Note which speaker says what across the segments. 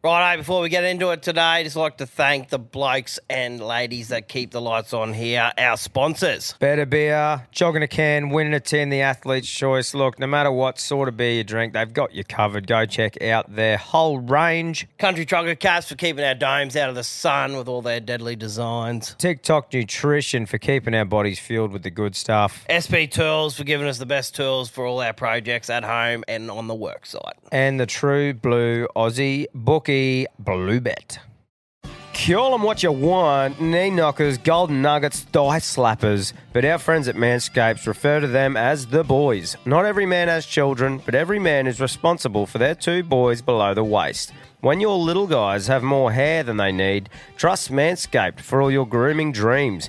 Speaker 1: Righto, before we get into it today, just like to thank the blokes and ladies that keep the lights on here, our sponsors.
Speaker 2: Better beer, jogging a can, winning a tin, the athlete's choice. Look, no matter what sort of beer you drink, they've got you covered. Go check out their whole range.
Speaker 1: Country Trucker Caps for keeping our domes out of the sun with all their deadly designs.
Speaker 2: TikTok Nutrition for keeping our bodies fueled with the good stuff.
Speaker 1: SP Tools for giving us the best tools for all our projects at home and on the work site.
Speaker 2: And the true blue Aussie bookie, Bluebet. Call them what you want, knee knockers, golden nuggets, thigh slappers. But our friends at Manscapes refer to them as the boys. Not every man has children, but every man is responsible for their two boys below the waist. When your little guys have more hair than they need, trust Manscaped for all your grooming dreams.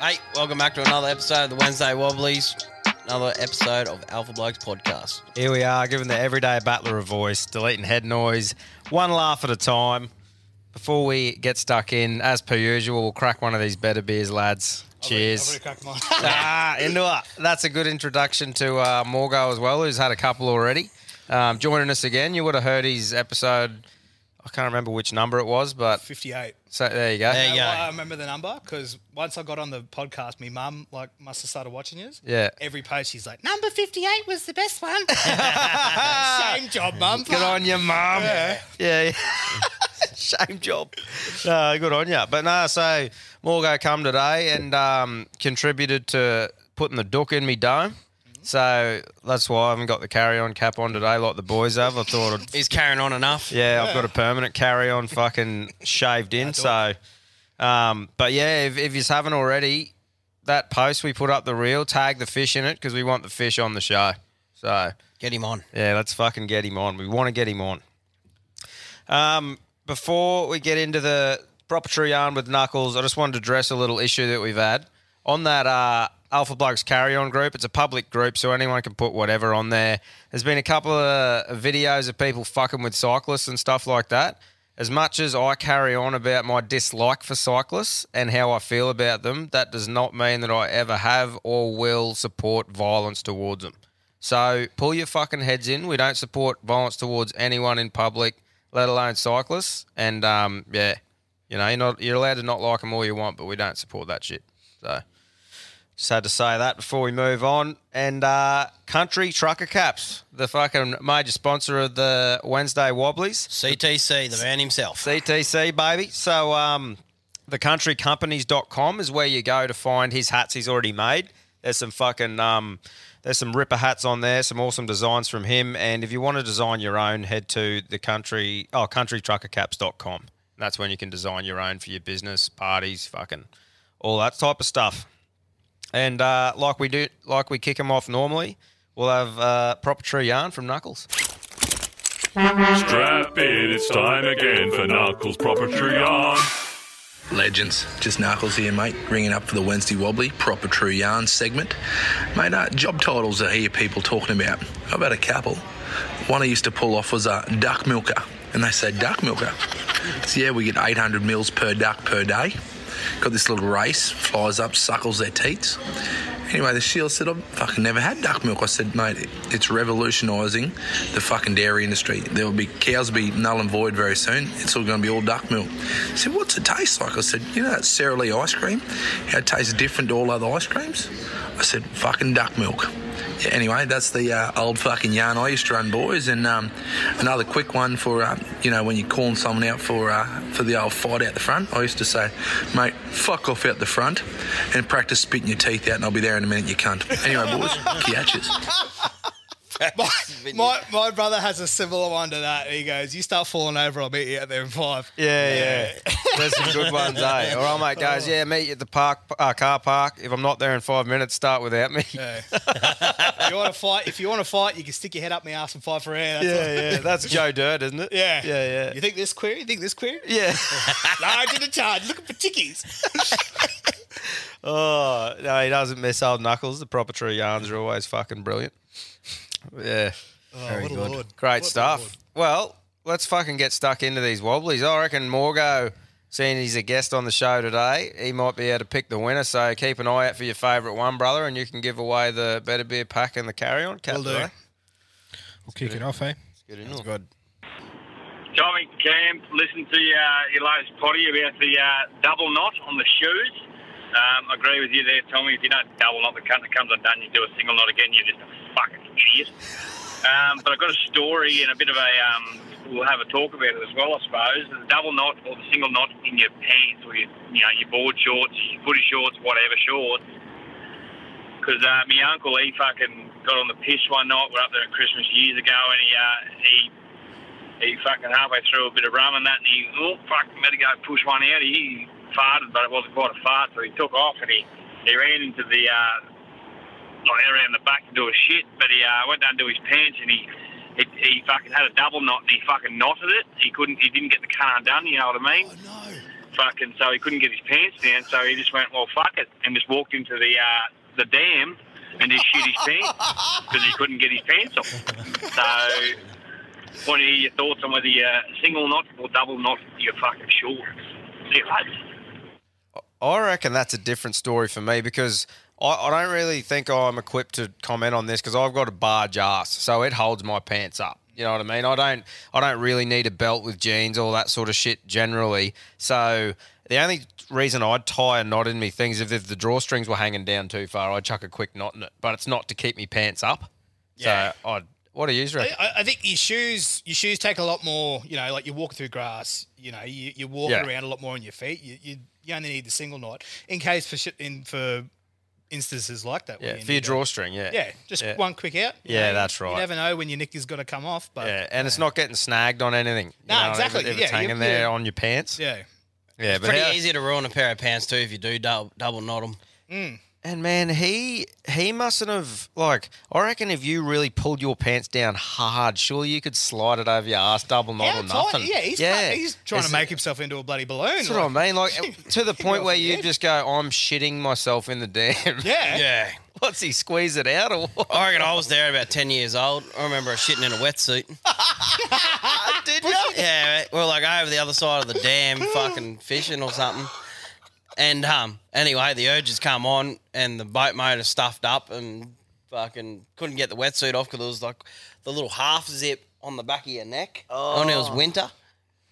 Speaker 1: Hey, welcome back to another episode of the Wednesday Wobblies, another episode of Alpha Blokes Podcast.
Speaker 2: Here we are, giving the everyday battler a voice, deleting head noise, one laugh at a time. Before we get stuck in, as per usual, we'll crack one of these better beers, lads. Cheers. ah, into it. That's a good introduction to uh, Morgo as well, who's had a couple already. Um, joining us again, you would have heard his episode. I can't remember which number it was, but
Speaker 3: 58.
Speaker 2: so there you go.
Speaker 1: There you
Speaker 3: Now,
Speaker 1: go.
Speaker 3: why I remember the number because once I got on the podcast, my mum like must have started watching yours.
Speaker 2: Yeah.
Speaker 3: Every post she's like, number 58 was the best one. Same job, mum.
Speaker 2: Good on you, mum. Yeah. yeah. Shame job. No, good on you. But no, so Morgo come today and um, contributed to putting the duck in me dome. So that's why I haven't got the carry-on cap on today like the boys have. I thought, I'd,
Speaker 1: He's carrying on enough.
Speaker 2: yeah, I've got a permanent carry-on fucking shaved in. So, um, but yeah, if, if you haven't already, that post we put up the reel, tag the fish in it because we want the fish on the show. So
Speaker 1: Get him on.
Speaker 2: yeah, let's fucking get him on. We want to get him on. Um, before we get into the proper true yarn with Knuckles, I just wanted to address a little issue that we've had on that uh, Alpha Blokes Carry On group. It's a public group, so anyone can put whatever on there. There's been a couple of videos of people fucking with cyclists and stuff like that. As much as I carry on about my dislike for cyclists and how I feel about them, that does not mean that I ever have or will support violence towards them. So pull your fucking heads in. We don't support violence towards anyone in public, let alone cyclists. And um, yeah, you know, you're not you're allowed to not like them all you want, but we don't support that shit. So just had to say that before we move on. And uh, Country Trucker Caps, the fucking major sponsor of the Wednesday Wobblies.
Speaker 1: CTC, the man himself.
Speaker 2: CTC, baby. So, um, thecountrycompanies.com is where you go to find his hats he's already made. There's some fucking, um, there's some ripper hats on there, some awesome designs from him. And if you want to design your own, head to the country, oh, countrytruckercaps.com. That's when you can design your own for your business, parties, fucking all that type of stuff. And uh, like we do, like we kick them off normally, we'll have uh, proper true yarn from Knuckles.
Speaker 4: Strap in, it's time again for Knuckles Proper Tree Yarn.
Speaker 5: Legends, just Knuckles here, mate. Ringing up for the Wednesday Wobbly, proper true yarn segment. Mate, uh, job titles I hear people talking about. I've had a couple. One I used to pull off was a duck milker, and they say duck milker. So yeah, we get 800 mils per duck per day. Got this little race, flies up, suckles their teats. Anyway, the Shield said, I've fucking never had duck milk. I said, mate, it- it's revolutionising the fucking dairy industry. There will be cows will be null and void very soon. It's all going to be all duck milk. He said, what's it taste like? I said, you know that Sara Lee ice cream? How it tastes different to all other ice creams? I said, fucking duck milk. Yeah, anyway, that's the uh, old fucking yarn I used to run, boys. And um, another quick one for uh, you know when you're calling someone out for uh, for the old fight out the front. I used to say, mate, fuck off out the front, and practice spitting your teeth out, and I'll be there in a minute, you cunt. Anyway, boys, catches.
Speaker 6: My, my, my brother has a similar one to that. He goes, "You start falling over, I'll meet you out there in five.
Speaker 2: Yeah, yeah. There's some good ones, eh? All right, mate, guys. Yeah, meet you at the park, uh, car park. If I'm not there in five minutes, start without me. Yeah,
Speaker 6: If you want to fight? If you want to fight, you can stick your head up my ass and fight for air. That's all.
Speaker 2: yeah. That's Joe Dirt, isn't it?
Speaker 6: yeah,
Speaker 2: yeah,
Speaker 6: You think this queer? You think this queer?
Speaker 2: yeah.
Speaker 6: Large in the charge. Looking for tickies.
Speaker 2: Yeah. oh no, he doesn't miss old knuckles. The proper true yarns are always fucking brilliant. Yeah.
Speaker 6: Oh, what a lord.
Speaker 2: Great stuff. Well, let's fucking get stuck into these wobblies. I reckon Morgo, seeing he's a guest on the show today, he might be able to pick the winner. So keep an eye out for your favourite one, brother, and you can give away the better beer pack and the carry on cap.
Speaker 6: Will do.
Speaker 2: today.
Speaker 7: We'll kick it off, eh?
Speaker 2: Good in there. good.
Speaker 8: Tommy Camp, listen to uh, your latest potty about the uh, double knot on the shoes. Um, I agree with you there, Tommy. If you don't double knot the cunt that comes undone, you do a single knot again, you're just a fucking idiot. Um, but I've got a story and a bit of a. Um, we'll have a talk about it as well, I suppose. The double knot or the single knot in your pants or your, you know, your board shorts, your footy shorts, whatever shorts. Because uh, my uncle, he fucking got on the piss one night. We're up there at Christmas years ago, and he uh, he he fucking halfway through a bit of rum and that, and he, oh, fuck, better go push one out. He farted, but it wasn't quite a fart, so he took off and he, he ran into the, uh, like, around the back to do a shit, but he uh, went down to his pants and he, he, he fucking had a double knot and he fucking knotted it. He couldn't, he didn't get the car done, you know what I mean? fucking so he couldn't get his pants down, so he just went, well, fuck it, and just walked into the uh, the dam and just shit his pants because he couldn't get his pants off. So, want to hear your thoughts on whether you uh, single knot or double knot your fucking shorts? See you later.
Speaker 2: I reckon that's a different story for me because I, I don't really think I'm equipped to comment on this because I've got a barge ass, so it holds my pants up. You know what I mean? I don't I don't really need a belt with jeans, all that sort of shit generally. So the only reason I'd tie a knot in me things if, if the drawstrings were hanging down too far, I'd chuck a quick knot in it. But it's not to keep me pants up.
Speaker 6: Yeah.
Speaker 2: So I'd what do you reckon?
Speaker 6: I, I think your shoes, your shoes take a lot more. You know, like you're walking through grass. You know, you, you're walking
Speaker 2: Yeah.
Speaker 6: around a lot more on your feet. You, you, you only need the single knot in case for shit in for instances like that. where
Speaker 2: Yeah,
Speaker 6: you
Speaker 2: for your
Speaker 6: need a-
Speaker 2: drawstring, yeah.
Speaker 6: Yeah, just
Speaker 2: Yeah.
Speaker 6: one quick out. You
Speaker 2: Yeah, that's
Speaker 6: You
Speaker 2: right.
Speaker 6: never know when your nick is going to come off, but
Speaker 2: Yeah, and it's not getting snagged on anything. You
Speaker 6: No,
Speaker 2: know, if
Speaker 6: exactly,
Speaker 2: it- If,
Speaker 6: yeah,
Speaker 2: it's
Speaker 6: you-
Speaker 2: hanging
Speaker 6: yeah.
Speaker 2: there on your pants.
Speaker 6: yeah.
Speaker 2: yeah but
Speaker 1: Pretty
Speaker 2: how-
Speaker 1: easy to ruin a pair of pants too if you do double, double knot them.
Speaker 6: Mm.
Speaker 2: And man, he he mustn't have like I reckon if you really pulled your pants down hard, surely you could slide it over your ass double knot
Speaker 6: How
Speaker 2: or
Speaker 6: tight-
Speaker 2: nothing.
Speaker 6: Yeah, he's, he's trying
Speaker 2: It's-
Speaker 6: to make himself into a bloody balloon.
Speaker 2: That's what I mean. Like to the point where you
Speaker 6: Yeah.
Speaker 2: just go, I'm shitting myself in the dam.
Speaker 6: Yeah.
Speaker 1: Yeah.
Speaker 2: What's he squeeze it out or what?
Speaker 1: I reckon I was there about 10 years old. I remember I shitting in a wetsuit.
Speaker 2: Did you?
Speaker 1: Yeah, right. we we're like over the other side of the dam, fucking fishing or something. And um, anyway, the urges come on, and the boat motor stuffed up, and fucking couldn't get the wetsuit off because it was like the little half zip on the back of your neck. Oh, and it was winter,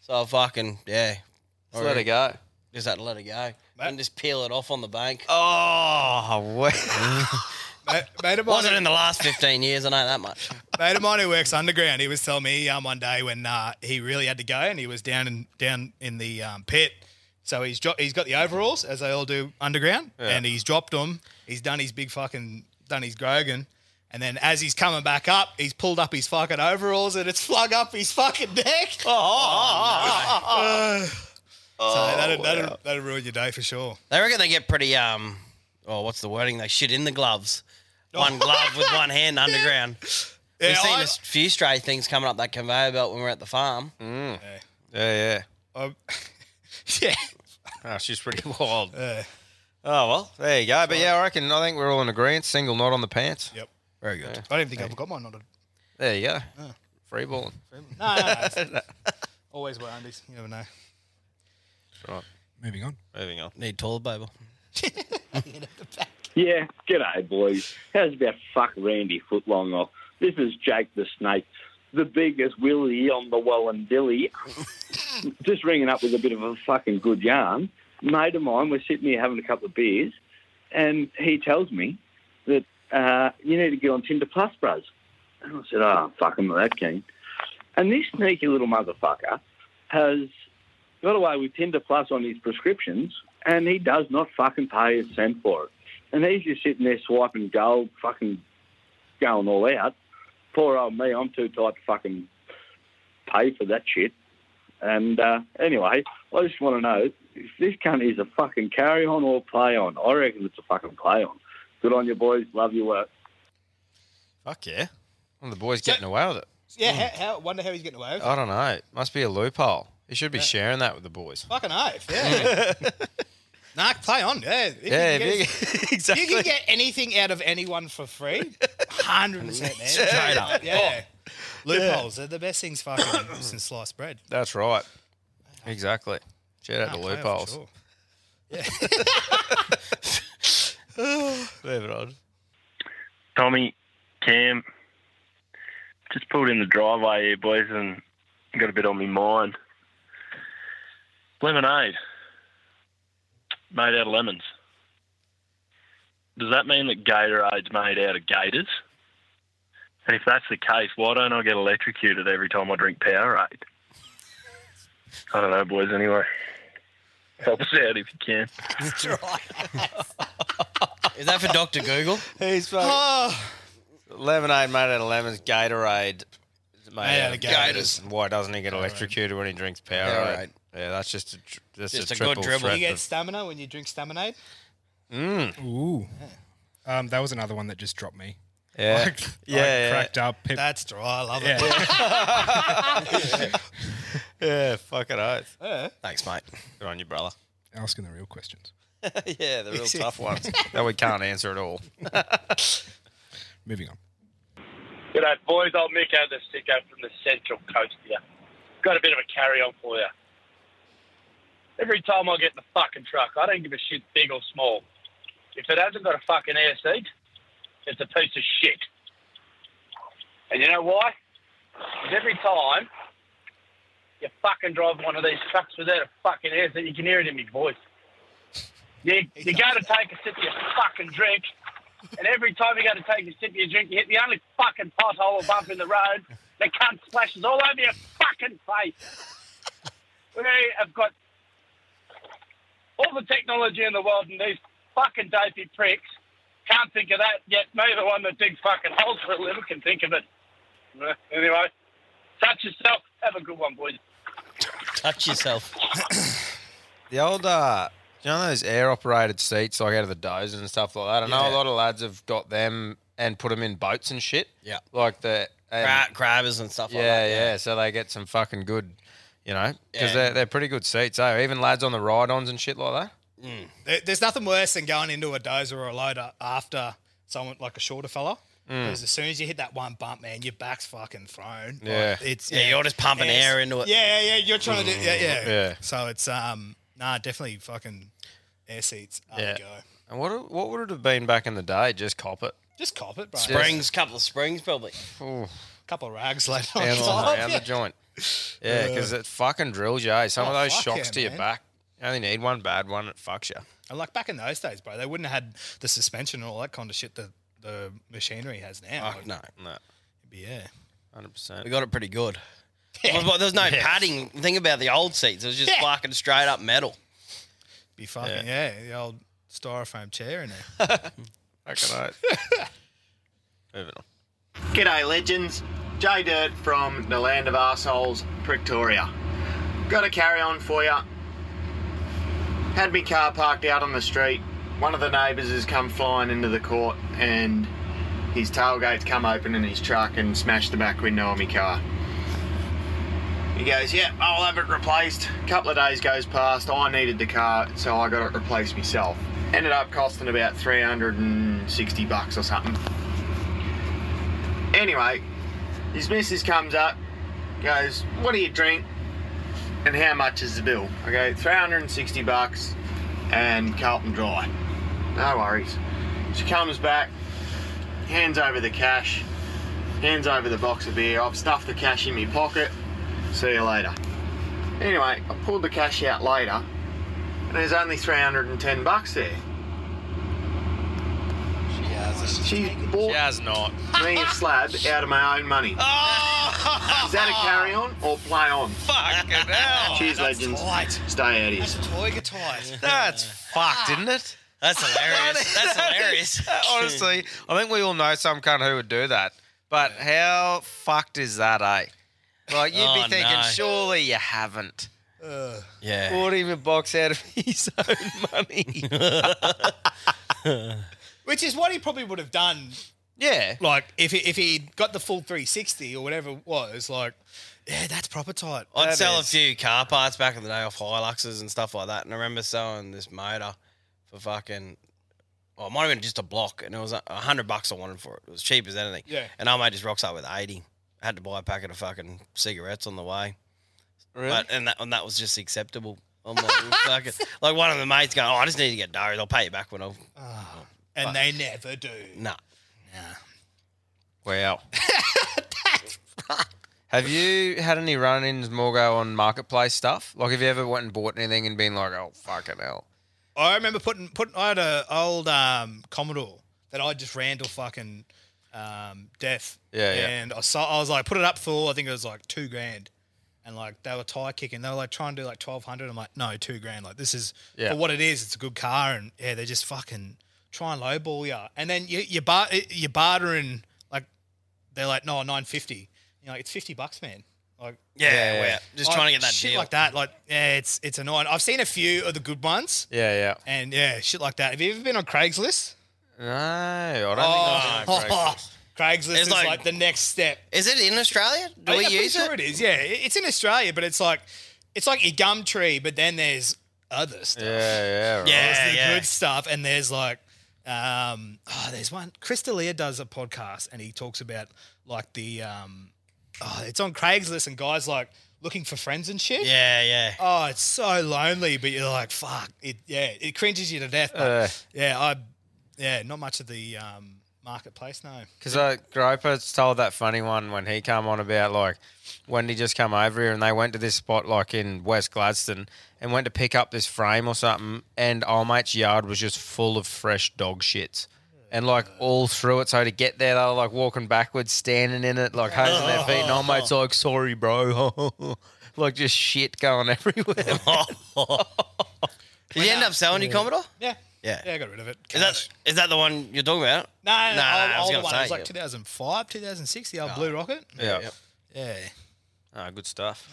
Speaker 1: so I fucking yeah,
Speaker 2: Just let it go.
Speaker 1: just had to let it go and just peel it off on the bank.
Speaker 2: Oh, wait.
Speaker 6: Mate, mate of mine,
Speaker 1: Wasn't in the last fifteen years, I know that much.
Speaker 6: mate of mine who works underground, he was telling me um, one day when uh, he really had to go and he was down in down in the um, pit. So he's dro- he's got the overalls as they all do underground, and he's dropped them. He's done his big fucking done his grogan, and then as he's coming back up, he's pulled up his fucking overalls and it's flung up his fucking neck. Oh,
Speaker 2: Oh,
Speaker 6: so that'd, that'd, that'd ruin your day for sure.
Speaker 1: They reckon they get pretty um, oh, what's the wording? They shit in the gloves. One glove with one hand underground.
Speaker 6: Oh. Yeah,
Speaker 1: We've seen
Speaker 6: I-
Speaker 1: a few stray things coming up that conveyor belt when we were at the farm.
Speaker 2: Mm. yeah,
Speaker 6: I- Um, yeah.
Speaker 2: yeah. Oh, she's pretty wild.
Speaker 6: Uh,
Speaker 2: Oh well, there you go. But yeah, I reckon I think we're all in agreement. Single knot on the pants.
Speaker 6: Yep.
Speaker 2: Very good.
Speaker 6: I don't even think I've got mine on. a-
Speaker 2: There you go. Free balling.
Speaker 6: No, no, no. it's- Always wear undies. You never know.
Speaker 2: Right.
Speaker 7: Moving on.
Speaker 2: Moving on.
Speaker 1: Need toilet paper.
Speaker 9: Yeah, g'day, boys. How's about fuck Randy Footlong off? This is Jake the Snake, the biggest Willie on the Wallandilly. Just ringing up with a bit of a fucking good yarn. Mate of mine, we're sitting here having a couple of beers, and he tells me that uh, you need to get on Tinder Plus, bros. And I said, oh, fuck, I'm not that keen. And this sneaky little motherfucker has got away with Tinder Plus on his prescriptions, and he does not fucking pay a cent for it. And he's just sitting there swiping gold, fucking going all out. Poor old me, I'm too tight to fucking pay for that shit. And uh, anyway, I just want to know if this cunt is a fucking carry on or play on. I reckon it's a fucking play on. Good on you, boys. Love your work.
Speaker 2: Fuck yeah. One of the boys getting away with it.
Speaker 6: Yeah, how, how, wonder how he's getting away with it.
Speaker 2: I don't know. Must be a loophole. He should be sharing that with the boys. Mm.
Speaker 6: Fucking oath, yeah. nah, play on, yeah. If you
Speaker 2: Yeah,
Speaker 6: can get-
Speaker 2: if you- exactly.
Speaker 6: You can get anything out of anyone for free. 100%, man.
Speaker 2: Straight up. Oh.
Speaker 6: Yeah. Loopholes are the best things fucking since sliced bread.
Speaker 2: That's right. Exactly. Shout out to
Speaker 6: Nah, play on for
Speaker 2: loopholes.
Speaker 6: sure.
Speaker 2: Leave it on.
Speaker 10: Tommy, Cam, just pulled in the driveway here, boys, and got a bit on me mind. Lemonade made out of lemons. Does that mean that Gatorade's made out of gators? And if that's the case, why don't I get electrocuted every time I drink Powerade? I don't know, boys. Anyway, help us out if you can.
Speaker 1: Is that for Doctor Google?
Speaker 2: He's
Speaker 6: Oh,
Speaker 2: Lemonade made out of lemons, Gatorade made,
Speaker 6: out of gators.
Speaker 2: And Why doesn't he get electrocuted when he drinks Powerade?
Speaker 1: Powerade.
Speaker 2: Yeah, that's just a, tr- that's
Speaker 1: Just
Speaker 2: a,
Speaker 1: a good
Speaker 2: triple
Speaker 1: dribble.
Speaker 2: threat
Speaker 6: you get
Speaker 2: of-
Speaker 6: stamina when you drink staminade?
Speaker 2: Mm.
Speaker 7: Ooh. Um, that was another one that just dropped me.
Speaker 2: yeah.
Speaker 7: Like,
Speaker 2: yeah,
Speaker 7: I
Speaker 2: yeah.
Speaker 7: cracked up. Pip,
Speaker 6: That's dry. I love it.
Speaker 7: yeah.
Speaker 2: yeah, fucking oath.
Speaker 1: Thanks, mate.
Speaker 2: Good on you, brother.
Speaker 7: Asking the real questions.
Speaker 2: yeah, the real tough ones that we can't answer at all.
Speaker 7: Moving on.
Speaker 10: G'day, boys. Old Miko the sicko from the Central Coast here. Got a bit of a carry on for you. Every time I get in the fucking truck, I don't give a shit big or small. If it hasn't got a fucking air seat, it's a piece of shit. And you know why? 'Cause every time you fucking drive one of these trucks without a fucking air seat, you can hear it in my voice. You, you go to take a sip of your fucking drink, and every time you go to take a sip of your drink, you hit the only fucking pothole or bump in the road. The cunt splashes all over your fucking face. We have got all the technology in the world, and these fucking dopey pricks can't think of that yet. Neither one that digs fucking holes for a living can think of it. Uh, Anyway, touch yourself. Have a good one, boys.
Speaker 1: Touch yourself.
Speaker 2: The old, uh, you know those air-operated seats, like out of the dozer and stuff like that. I know a lot of lads have got them and put them in boats and shit.
Speaker 1: Yeah.
Speaker 2: like the and-
Speaker 1: Cra- crabbers and stuff like
Speaker 2: yeah,
Speaker 1: that.
Speaker 2: yeah, So they get some fucking good, you know, because
Speaker 1: Yeah.
Speaker 2: they're, they're pretty good seats. Oh, even lads on the ride-ons and shit like that.
Speaker 11: Mm.
Speaker 6: There- There's nothing worse than going into a dozer or a loader after someone like a shorter fella.
Speaker 2: Mm.
Speaker 6: Because as soon as you hit that one bump, man, your back's fucking thrown. Like,
Speaker 2: Yeah.
Speaker 6: it's
Speaker 1: Yeah, you're just pumping
Speaker 6: Yes.
Speaker 1: air into it.
Speaker 6: Yeah, yeah, yeah. You're trying to do yeah, yeah,
Speaker 2: Yeah.
Speaker 6: So it's um nah, definitely fucking air seats. Up
Speaker 2: Yeah.
Speaker 6: go.
Speaker 2: And what what would it have been back in the day? Just cop it.
Speaker 6: Just cop it, bro.
Speaker 1: Springs, couple of springs, probably.
Speaker 2: Ooh,
Speaker 6: couple of rags later on
Speaker 2: down
Speaker 6: top.
Speaker 2: on around the joint. Yeah, because it fucking drills you. Eh? Some of
Speaker 6: Oh,
Speaker 2: those
Speaker 6: fuck
Speaker 2: shocks
Speaker 6: yeah,
Speaker 2: to your
Speaker 6: man.
Speaker 2: back. You only need one bad one. It fucks you.
Speaker 6: And like back in those days, bro, they wouldn't have had the suspension and all that kind of shit that the machinery has now.
Speaker 1: Fuck no.
Speaker 2: No,
Speaker 6: But yeah.
Speaker 2: hundred percent.
Speaker 1: We got it pretty good. Well, there was no padding. Think about the old seats. It was just
Speaker 6: Yeah.
Speaker 1: fucking straight up metal.
Speaker 6: Be fucking yeah, the old styrofoam chair in there.
Speaker 2: Fucking right. Moving on.
Speaker 12: G'day, legends. Jay Dirt from the land of arseholes, Pretoria. Got a carry on for ya. Had me car parked out on the street. One of the neighbours has come flying into the court and his tailgate's come open in his truck and smashed the back window of my car. He goes, Yep, I'll have it replaced. couple of days goes past. I needed the car, so I got it replaced myself. Ended up costing about 360 bucks or something. Anyway, his missus comes up, goes, What do you drink?
Speaker 13: And how much is the bill? I go, 360 bucks and Carlton Dry. No worries. She comes back, hands over the cash, hands over the box of beer. I've stuffed the cash in my pocket. See you later. Anyway, I pulled the cash out later, and there's only 310 bucks there. She has. She bought. She has
Speaker 2: not.
Speaker 13: Me a slab out of my own money. Is that a carry on or play on?
Speaker 2: Oh! Fucking hell.
Speaker 13: Cheers, legends. Stay out of here.
Speaker 2: Tiger tight. That's fucked, isn't
Speaker 14: Ah.
Speaker 2: it?
Speaker 14: That's hilarious. That's hilarious.
Speaker 2: Honestly, I think we all know some cunt who would do that. But how fucked is that, eh? Like you'd
Speaker 14: Oh,
Speaker 2: be thinking,
Speaker 14: no.
Speaker 2: surely you haven't.
Speaker 14: Yeah.
Speaker 2: Bought him a box out of his own money.
Speaker 6: Which is what he probably would have done.
Speaker 2: Yeah.
Speaker 6: Like if he, if he'd got the full 360 or whatever it was, like, yeah, that's proper tight.
Speaker 1: I'd
Speaker 6: That
Speaker 1: sell
Speaker 6: is.
Speaker 1: a few car parts back in the day off Hiluxes and stuff like that. And I remember selling this motor for fucking, well, it might have been just a block, and it was a a hundred bucks I wanted for it. It was cheap as anything.
Speaker 2: Yeah.
Speaker 1: And I made just rocks up with eighty. I had to buy a packet of fucking cigarettes on the way.
Speaker 2: Really?
Speaker 1: But, and that and that was just acceptable. I'm like, fucking, like one of the mates going, oh, I just need to get dough. They'll pay you back when I.
Speaker 6: Ah, and they never do.
Speaker 1: Nah.
Speaker 2: Wow. Have you had any run-ins, Morgo, on marketplace stuff? Like, have you ever went and bought anything and been like, "Oh, fucking hell"?
Speaker 6: I remember putting putting. I had a old um, Commodore that I just ran till fucking um, death.
Speaker 2: Yeah, yeah.
Speaker 6: And I saw. I was like, put it up for. I think it was like two grand. And like they were tire kicking. They were like trying to do like twelve hundred. I'm like, no, two grand. Like this is
Speaker 2: Yeah.
Speaker 6: for what it is. It's a good car, and yeah, they're just fucking trying lowball you. And then you you bar you bartering like they're like no nine fifty. You're like it's fifty bucks, man. Like
Speaker 1: Yeah, yeah, yeah. Just trying to get that
Speaker 6: shit
Speaker 1: deal.
Speaker 6: like that. Like yeah, it's it's annoying. I've seen a few of the good ones.
Speaker 2: Yeah, yeah.
Speaker 6: And yeah, shit like that. Have you ever been on Craigslist?
Speaker 2: No, I don't
Speaker 6: Oh,
Speaker 2: think I've
Speaker 6: Craigslist
Speaker 2: It's
Speaker 6: is
Speaker 2: like-
Speaker 6: like, the next step.
Speaker 1: Is it in Australia?
Speaker 2: Do we use
Speaker 6: sure
Speaker 2: it?
Speaker 6: it is. Yeah, It- it's in Australia, but it's like it's like your gum tree, but then there's other stuff.
Speaker 2: Yeah, yeah, right.
Speaker 6: Yeah, there's the
Speaker 2: Yeah, yeah.
Speaker 6: good stuff, and there's like, um, oh, there's one. Chris D'Elia does a podcast, and he talks about like the, um, oh, it's on Craigslist, and guys like looking for friends and shit.
Speaker 1: Yeah, yeah.
Speaker 6: Oh, it's so lonely, but you're like, fuck it. Yeah, it cringes you to death. But
Speaker 2: Uh.
Speaker 6: yeah, I, yeah, not much of the um, marketplace. No.
Speaker 2: Because uh, Groper's told that funny one when he came on about like when he just come over here and they went to this spot like in West Gladstone and went to pick up this frame or something and our mate's yard was just full of fresh dog shits. And like all through it, so to get there, they were like walking backwards, standing in it, like hosing their feet. And our mate's like, "Sorry, bro," like just shit going everywhere.
Speaker 1: Did you end up selling your Commodore?
Speaker 6: Yeah.
Speaker 1: Yeah.
Speaker 6: Yeah, I got rid of it.
Speaker 1: Is that is that the one you're talking about?
Speaker 6: No, no, no,
Speaker 1: I was
Speaker 6: old,
Speaker 1: gonna
Speaker 6: older one. It was
Speaker 1: say,
Speaker 6: like 2005, 2006, the old Blue Rocket.
Speaker 2: Oh. Yeah.
Speaker 6: Yeah.
Speaker 2: Ah, good stuff.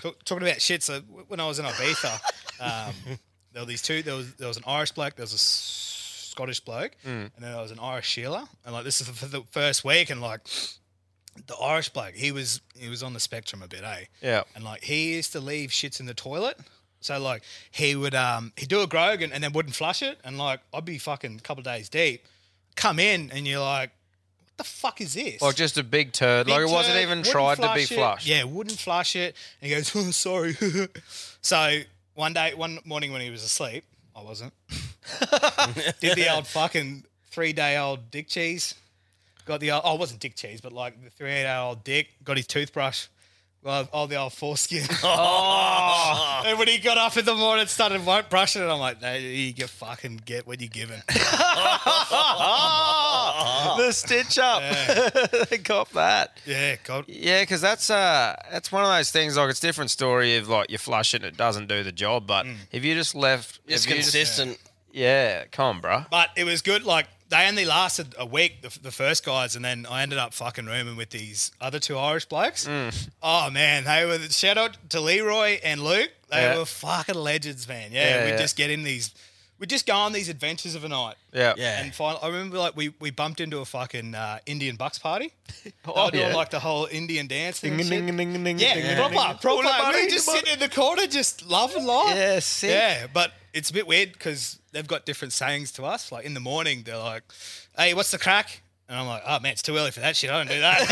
Speaker 6: Talk- Talking about shit, so w- when I was in Ibiza, um, there were these two. There was there was an Irish bloke, there was a S- Scottish bloke,
Speaker 2: Mm.
Speaker 6: and then there was an Irish Sheila. And like this is for the first week, and like the Irish bloke, he was he was on the spectrum a bit, eh?
Speaker 2: Yeah.
Speaker 6: And like he used to leave shits in the toilet. So like he would um he'd do a grog and, and then wouldn't flush it. And like I'd be fucking a couple of days deep, come in and you're like, what the fuck is this?
Speaker 2: Like just a big turd. like it
Speaker 6: Big
Speaker 2: wasn't
Speaker 6: turd,
Speaker 2: even
Speaker 6: wouldn't
Speaker 2: tried to be
Speaker 6: flush it.
Speaker 2: flushed.
Speaker 6: Yeah, wouldn't flush it. And he goes, oh, sorry. so one day, one morning when he was asleep, I wasn't, did the old fucking three day old dick cheese. Got the old, oh, it wasn't dick cheese, but like the three day old dick, got his toothbrush. Well, oh, the old foreskin.
Speaker 2: Oh.
Speaker 6: and when he got up in the morning, started won't brushing it. I'm like, no, you get fucking get what you're given.
Speaker 2: the stitch up. they got that.
Speaker 6: Yeah, got.
Speaker 2: Yeah, because that's uh, that's one of those things. Like it's a different story if like you flush it and it doesn't do the job. But if you just left,
Speaker 6: It's
Speaker 2: if you just-
Speaker 6: consistent.
Speaker 2: yeah, come on, bruh.
Speaker 6: But it was good. Like they only lasted a week, the, the first guys, and then I ended up fucking rooming with these other two Irish blokes.
Speaker 2: Mm.
Speaker 6: Oh man, they were shout out to Leroy and Luke. They
Speaker 2: Yeah.
Speaker 6: were fucking legends, man. Yeah,
Speaker 2: Yeah,
Speaker 6: we'd
Speaker 2: yeah.
Speaker 6: just get in these, we'd just go on these adventures of a night.
Speaker 2: Yeah. Yeah.
Speaker 6: And finally, I remember like we we bumped into a fucking uh, Indian bucks party.
Speaker 2: Oh,
Speaker 6: they were doing
Speaker 2: yeah.
Speaker 6: like the whole Indian dance thing. and shit.
Speaker 2: Yeah.
Speaker 6: Yeah, proper, proper. We just sit in the corner, just loving life.
Speaker 2: Yeah, sick.
Speaker 6: Yeah, but it's a bit weird because they've got different sayings to us. Like in the morning, they're like, "Hey, what's the crack?" And I'm like, "Oh man, it's too early for that shit. I don't do that."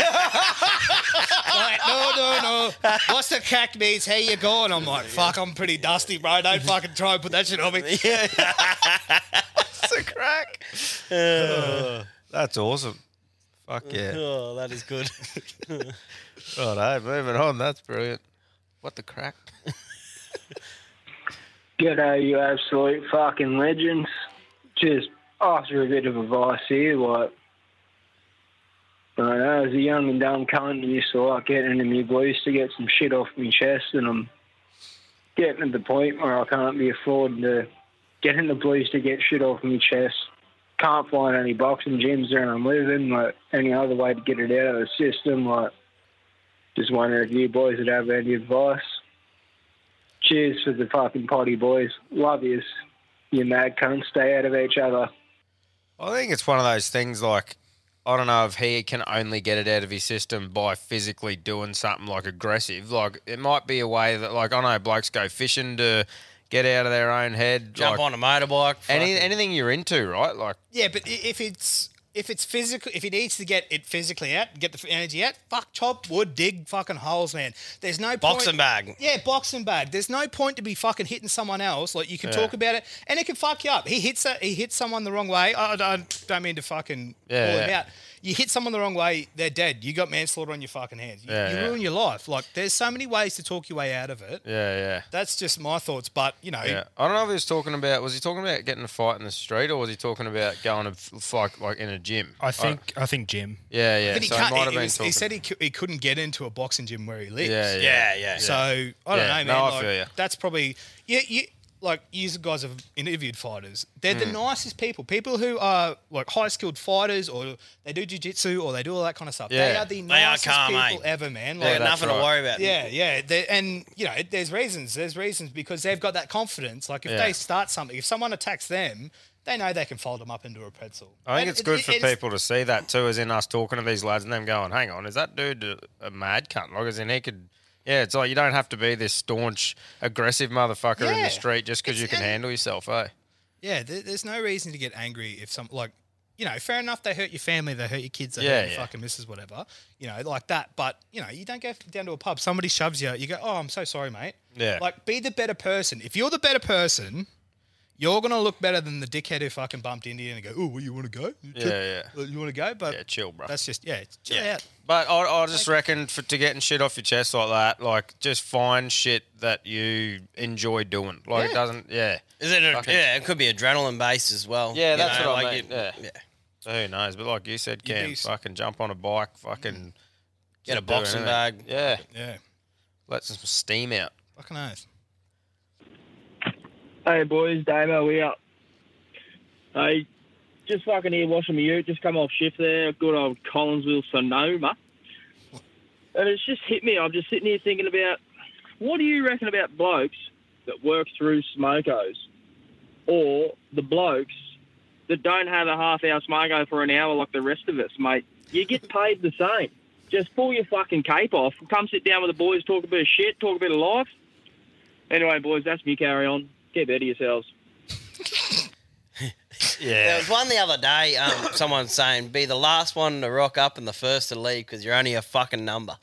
Speaker 6: Like, no, no, no. What's the crack means? How you going? I'm like, fuck, I'm pretty dusty, bro. Don't fucking try and put that shit on me.
Speaker 2: What's the crack? Uh, that's awesome. Fuck yeah.
Speaker 1: Oh, that is good.
Speaker 2: All right, moving on. That's brilliant. What the crack?
Speaker 15: G'day, you absolute fucking legends. Just after a bit of advice here, like, I don't know, as a young and dumb cunt, I used to like getting into my blues to get some shit off my chest, and I'm getting to the point where I can't be affording to get in the blues to get shit off my chest. Can't find any boxing gyms where I'm living, like, any other way to get it out of the system, like, just wondering if you boys would have any advice. Cheers for the fucking potty boys. Love yous. You mad cunts. Stay out of each other.
Speaker 2: I think it's one of those things like I don't know if he can only get it out of his system by physically doing something like aggressive. Like it might be a way that like I know blokes go fishing to get out of their own head.
Speaker 1: Jump on
Speaker 2: like,
Speaker 1: a motorbike.
Speaker 2: Any,
Speaker 1: fucking-
Speaker 2: anything you're into, right? Like
Speaker 6: Yeah, but i- if it's if it's physical, if he needs to get it physically out, get the f- energy out, fuck chop wood, dig fucking holes, man. There's no point-
Speaker 1: Boxing bag.
Speaker 6: Yeah, boxing bag. There's no point to be fucking hitting someone else. Like you can
Speaker 1: Yeah.
Speaker 6: talk about it, and it can fuck you up. He hits a, he hits someone the wrong way. I, I- I don't mean to fucking
Speaker 2: Yeah,
Speaker 6: call him
Speaker 2: yeah.
Speaker 6: out. You hit someone the wrong way, they're dead. You got manslaughter on your fucking hands. You,
Speaker 2: Yeah,
Speaker 6: you
Speaker 2: yeah.
Speaker 6: ruin your life. Like there's so many ways to talk your way out of it.
Speaker 2: yeah, yeah.
Speaker 6: That's just my thoughts, but you know,
Speaker 2: Yeah, I don't know if he was talking about. Was he talking about getting a fight in the street, or was he talking about going to f- like like in a gym?
Speaker 7: I think I think Jim.
Speaker 2: yeah, yeah.
Speaker 6: But he,
Speaker 2: so
Speaker 6: can't,
Speaker 2: he might have
Speaker 6: he,
Speaker 2: been
Speaker 6: was- he
Speaker 2: talking.
Speaker 6: said he, cou- he couldn't get into a boxing gym where he lives.
Speaker 2: Yeah, yeah. Yeah, yeah.
Speaker 6: So I
Speaker 2: Yeah.
Speaker 6: don't know, man.
Speaker 2: No, I
Speaker 6: like,
Speaker 2: feel ya.
Speaker 6: That's probably yeah. You like you guys have interviewed fighters. They're the
Speaker 2: Mm.
Speaker 6: nicest people. People who are like high skilled fighters, or they do jujitsu, or they do all that kind of stuff. They
Speaker 1: Yeah.
Speaker 6: are the
Speaker 1: They are
Speaker 6: nicest
Speaker 1: calm, eh?
Speaker 6: people ever, man.
Speaker 1: They got nothing to worry about.
Speaker 6: Yeah, yeah. They- and you know, there's reasons. There's reasons because they've got that confidence. Like if
Speaker 2: Yeah.
Speaker 6: they start something, if someone attacks them. They know they can fold them up into a pretzel.
Speaker 2: I think
Speaker 6: And
Speaker 2: it's
Speaker 6: it-
Speaker 2: good
Speaker 6: it-
Speaker 2: for
Speaker 6: it's-
Speaker 2: people to see that too, as in us talking to these lads and them going, "Hang on, is that dude a mad cunt?" Like, as in he could. Yeah, it's like you don't have to be this staunch, aggressive motherfucker in
Speaker 6: Yeah.
Speaker 2: the street just because you can handle yourself, eh?
Speaker 6: Yeah, there, there's no reason to get angry if some like, you know, fair enough. They hurt your family, they hurt your kids, they
Speaker 2: Yeah,
Speaker 6: hurt your
Speaker 2: yeah.
Speaker 6: fucking missus, whatever. You know, like that. But you know, you don't go down to a pub. Somebody shoves you. You go, oh, I'm so sorry, mate.
Speaker 2: Yeah.
Speaker 6: Like, be the better person. If you're the better person, you're gonna look better than the dickhead who fucking bumped into you and go, oh, well, you want to go? You
Speaker 2: Yeah,
Speaker 6: chill-
Speaker 2: yeah.
Speaker 6: well, You want to go? But
Speaker 2: yeah, chill, bro.
Speaker 6: That's just yeah, chill out.
Speaker 2: But I, I just reckon for, to getting shit off your chest like that, like just find shit that you enjoy doing. Like
Speaker 1: Yeah.
Speaker 2: it doesn't, yeah.
Speaker 1: Is it? A,
Speaker 2: Fucking-
Speaker 1: yeah, it could be adrenaline based as well.
Speaker 2: Yeah,
Speaker 1: you
Speaker 2: that's
Speaker 1: know,
Speaker 2: what I
Speaker 1: like
Speaker 2: mean.
Speaker 1: you-
Speaker 2: yeah. So who knows? But like you said,
Speaker 1: You
Speaker 2: Cam,
Speaker 1: do s- Mm.
Speaker 2: fucking jump on a bike, fucking
Speaker 1: Get a
Speaker 2: just do
Speaker 1: boxing bag.
Speaker 2: anything. Yeah,
Speaker 6: yeah.
Speaker 2: Let some steam out.
Speaker 6: Fucking oath.
Speaker 16: Hey boys, Damo, we up. Hey, just fucking here washing my ute, just come off shift there, good old Collinsville, Sonoma. And it's just hit me, I'm just sitting here thinking about, what do you reckon about blokes that work through smokos? Or the blokes that don't have a half hour smoko for an hour like the rest of us, mate? You get paid the same. Just pull your fucking cape off, come sit down with the boys, talk a bit of shit, talk a bit of life. Anyway, boys, that's me carry on. Get better yourselves.
Speaker 2: Yeah.
Speaker 1: There was one the other day. Um, someone saying, "Be the last one to rock up and the first to leave because you're only a fucking number."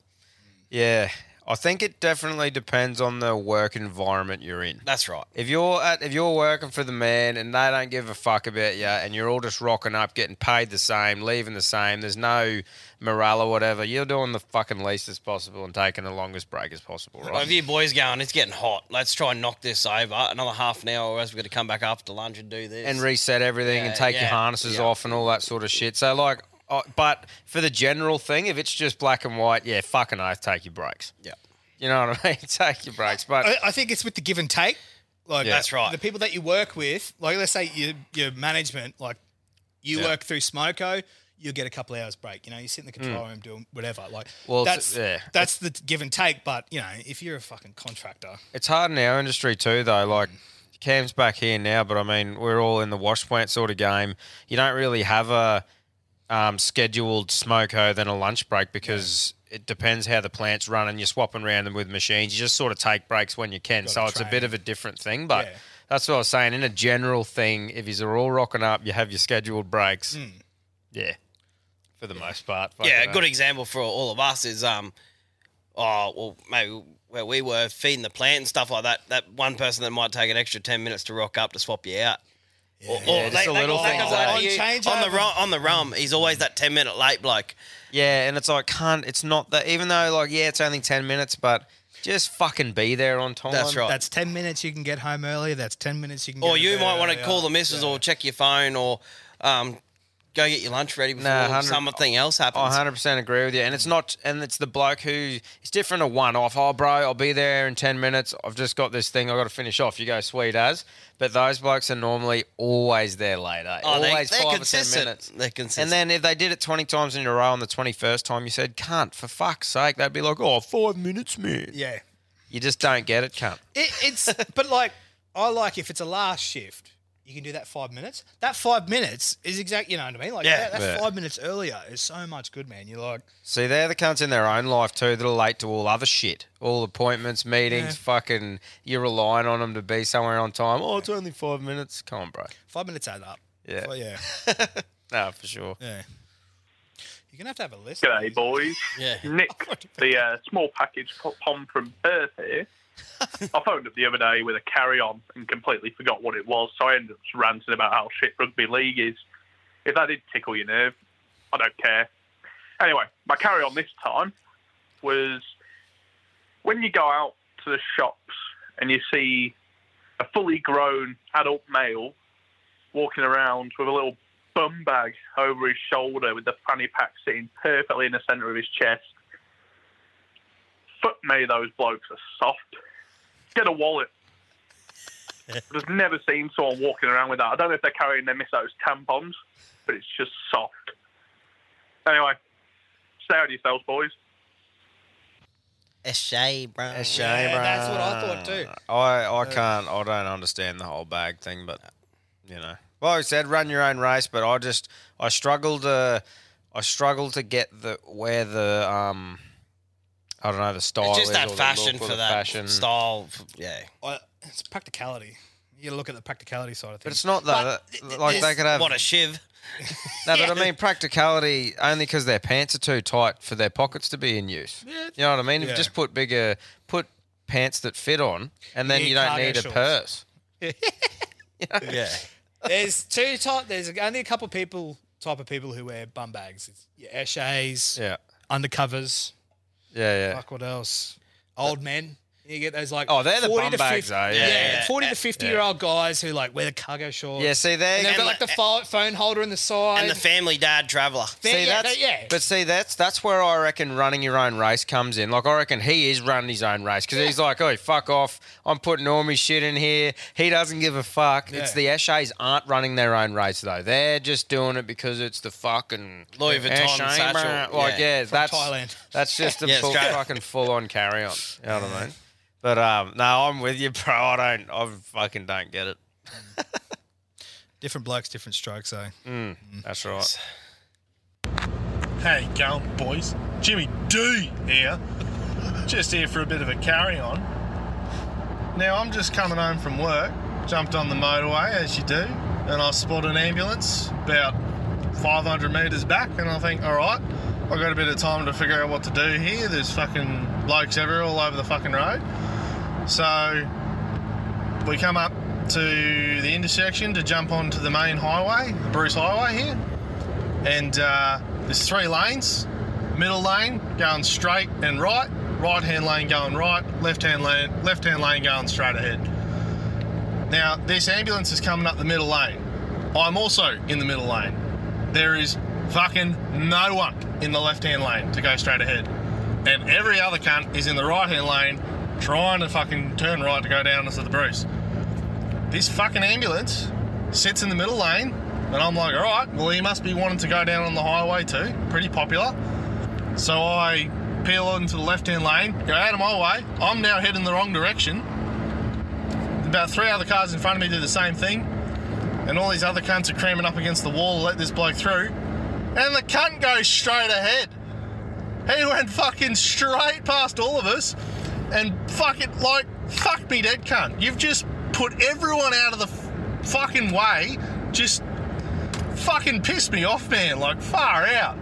Speaker 2: Yeah. I think it definitely depends on the work environment you're in.
Speaker 1: That's right.
Speaker 2: If you're at, if you're working for the man and they don't give a fuck about you and you're all just rocking up, getting paid the same, leaving the same, there's no morale or whatever, you're doing the fucking least as possible and taking the longest break as possible,
Speaker 1: Like,
Speaker 2: right?
Speaker 1: if you boys going, it's getting hot. Let's try and knock this over. Another half an hour, or else we've got to come back after lunch and do this
Speaker 2: and reset everything and
Speaker 1: Yeah,
Speaker 2: take your
Speaker 1: yeah,
Speaker 2: harnesses
Speaker 1: yeah.
Speaker 2: off and all that sort of shit. So like, uh, but for the general thing, if it's just black and white, yeah, fucking oath, take your breaks.
Speaker 1: Yeah,
Speaker 2: you know what I mean. take your breaks, but
Speaker 6: I, I think it's with the give and take. Like
Speaker 2: Yeah. That's right.
Speaker 6: The people that you work with, like let's say your your management, like you
Speaker 2: Yeah.
Speaker 6: work through Smoko, you get a couple hours break. You know, you sit in the control
Speaker 2: Mm.
Speaker 6: room doing whatever. Like
Speaker 2: Well, it's-
Speaker 6: that's
Speaker 2: yeah.
Speaker 6: that's the give and take. But you know, if you're a fucking contractor,
Speaker 2: It's hard in our industry too, though. Like Cam's back here now, but I mean, we're all in the wash plant sort of game. You don't really have a um, scheduled smoko than a lunch break because it depends how the plant's running. You're swapping around them with machines. You just sort of take breaks when you can.
Speaker 1: Gotta
Speaker 2: so it's a
Speaker 1: train
Speaker 2: bit
Speaker 1: it.
Speaker 2: of a different thing, but. That's what I was saying. In a general thing, if you're all rocking up, you have your scheduled breaks. Yeah, Hmm. for the most part.
Speaker 1: yeah,
Speaker 2: fucking
Speaker 1: a good
Speaker 2: hell.
Speaker 1: example for all of us is um, oh, well, maybe where we were feeding the plant and stuff like that, that one person that might take an extra 10 minutes to rock up to swap you out. Or, or
Speaker 2: Yeah, just
Speaker 1: they,
Speaker 2: the
Speaker 1: they-
Speaker 2: little
Speaker 1: they
Speaker 2: things
Speaker 1: come over
Speaker 2: like
Speaker 1: to you
Speaker 2: that.
Speaker 1: on the
Speaker 2: Changeover.
Speaker 1: rum, on the rum. He's always that ten minute late bloke.
Speaker 2: Yeah, and it's like, can't. It's not that. Even though, like, yeah, it's only ten minutes, but just fucking be there on time.
Speaker 6: That's 10 minutes you can get home early. That's 10 minutes you can
Speaker 1: Or
Speaker 6: get
Speaker 1: you
Speaker 6: bed
Speaker 1: might want to
Speaker 6: early.
Speaker 1: call the missus or check your phone or um, go get your lunch ready before
Speaker 2: No, 100
Speaker 1: something else happens.
Speaker 2: I 100 Oh, percent agree with you, and it's not, and it's the bloke who it's different a one off. Oh, bro, I'll be there in 10 minutes. I've just got this thing I got to finish off. You go sweet as, but those blokes are normally always there later.
Speaker 1: Oh, they-
Speaker 2: always
Speaker 1: they're
Speaker 2: five or
Speaker 1: consistent.
Speaker 2: ten minutes.
Speaker 1: They're
Speaker 2: And then if they did it 20 times in a row on the 21st time, you said cunt for fuck's sake, they'd be like, oh, five minutes, man.
Speaker 6: Yeah.
Speaker 2: You just don't get it, cunt.
Speaker 6: It, it's but like I like if it's a last shift, you can do that five minutes. That five minutes is exact. You know what I mean? Like
Speaker 2: Yeah.
Speaker 6: that, that
Speaker 2: Yeah.
Speaker 6: five minutes earlier is so much good, man. You're like,
Speaker 2: See, they're the cunts in their own life too that are late to all other shit. All appointments, meetings,
Speaker 6: Yeah.
Speaker 2: fucking, you're relying on them to be somewhere on time. Oh, it's only five minutes. Come on, bro.
Speaker 6: Five minutes add up.
Speaker 2: Yeah.
Speaker 6: Oh, yeah.
Speaker 2: no, Ah, for sure.
Speaker 6: Yeah. You're gonna have to have a list. Oh
Speaker 17: G'day, boys. Nick, the uh, small package po- pom from Perth here. I phoned up the other day with a carry on and completely forgot what it was, so I ended up just ranting about how shit rugby league is. If that did tickle your nerve, I don't care. Anyway, my carry on this time was when you go out to the shops and you see a fully grown adult male walking around with a little bum bag over his shoulder with the fanny pack sitting perfectly in the centre of his chest. Fuck me, those blokes are soft. Get a wallet. I've just never seen someone walking around with that. I don't know if they're carrying their miss out as tampons, but it's just soft. Anyway, stay out of yourselves, boys.
Speaker 14: A shame, bro. A
Speaker 2: shame, bro. I, I can't. I don't understand the whole bag thing, but you know, like I said, run your own race. But I just, I struggle to, I struggle to get the where the um, I don't know the style.
Speaker 1: just
Speaker 2: is
Speaker 1: that
Speaker 2: or the
Speaker 1: fashion
Speaker 2: look or
Speaker 1: for
Speaker 2: the
Speaker 1: that
Speaker 2: fashion.
Speaker 1: style. Yeah,
Speaker 6: I, it's practicality. You gotta look at the practicality side of things.
Speaker 2: But it's not though. that- like they could have
Speaker 1: shiv.
Speaker 2: No, but
Speaker 6: Yeah.
Speaker 2: I mean practicality only because their pants are too tight for their pockets to be in use.
Speaker 6: Yeah.
Speaker 2: You know what I mean? If you
Speaker 6: Yeah.
Speaker 2: Just put bigger, put pants that fit on, and then
Speaker 6: You
Speaker 2: you,
Speaker 6: need
Speaker 2: don't
Speaker 6: cargo
Speaker 2: need a
Speaker 6: shorts.
Speaker 2: purse.
Speaker 1: yeah.
Speaker 6: There's two type. There's only a couple people type of people who wear bum bags. It's your eshays,
Speaker 2: Yeah.
Speaker 6: undercovers.
Speaker 2: Yeah, yeah.
Speaker 6: Fuck what else? Old men. You get those like
Speaker 2: Oh, they're the
Speaker 6: 40
Speaker 2: bum
Speaker 6: to
Speaker 2: bags,
Speaker 6: 50
Speaker 2: though. Yeah, yeah,
Speaker 6: forty
Speaker 2: yeah.
Speaker 6: to fifty
Speaker 2: Yeah.
Speaker 6: year old guys who like wear the cargo shorts.
Speaker 2: Yeah, see, they-
Speaker 6: and they've got
Speaker 2: And
Speaker 6: like the
Speaker 2: the-
Speaker 6: fo- phone holder in the side
Speaker 1: and the family dad traveller.
Speaker 6: They-
Speaker 2: see,
Speaker 6: yeah,
Speaker 2: that's,
Speaker 6: they- yeah.
Speaker 2: But see, that's that's where I reckon running your own race comes in. Like, I reckon he is running his own race because he's like, oh, fuck off. I'm putting all my shit in here. He doesn't give a fuck. It's
Speaker 1: Yeah.
Speaker 2: the Ashays aren't running their own race, though. They're just doing it because it's the fucking
Speaker 1: Louis Vuitton
Speaker 2: Ashay,
Speaker 1: satchel.
Speaker 2: bruh. Like,
Speaker 1: Yeah.
Speaker 2: yeah,
Speaker 1: From
Speaker 2: that's,
Speaker 1: Thailand.
Speaker 2: that's just a
Speaker 1: Yeah,
Speaker 2: full,
Speaker 1: straight up.
Speaker 2: fucking full on carry on. You know what I mean? But um, no, I'm with you, bro. I don't, I fucking don't get it.
Speaker 6: different blokes, different strokes, though.
Speaker 2: Mm, that's right.
Speaker 11: Hey, going boys, Jimmy D here. Just here for a bit of a carry on. Now I'm just coming home from work. Jumped on the motorway as you do, and I spot an ambulance about 500 metres back, and I think, all right, I got a bit of time to figure out what to do here. There's fucking blokes everywhere all over the fucking road. So we come up to the intersection to jump onto the main highway, the Bruce Highway here, and uh, there's three lanes. Middle lane going straight and right, right hand lane going right, left hand lane left hand lane going straight ahead. Now this ambulance is coming up the middle lane. I'm also in the middle lane. There is fucking no one in the left hand lane to go straight ahead, and every other cunt is in the right hand lane trying to fucking turn right to go down into the Bruce this fucking ambulance sits in the middle lane, and I'm like, all right, well, he must be wanting to go down on the highway too. Pretty popular. So I peel onto the left hand lane, go out of my way. I'm now heading the wrong direction. About three other cars in front of me do the same thing, and all these other cunts are cramming up against the wall to let this bloke through. And the cunt goes straight ahead. He went fucking straight past all of us and fucking, like, fuck me dead cunt. You've just put everyone out of the f- fucking way. Just fucking pissed me off, man. Like, far out.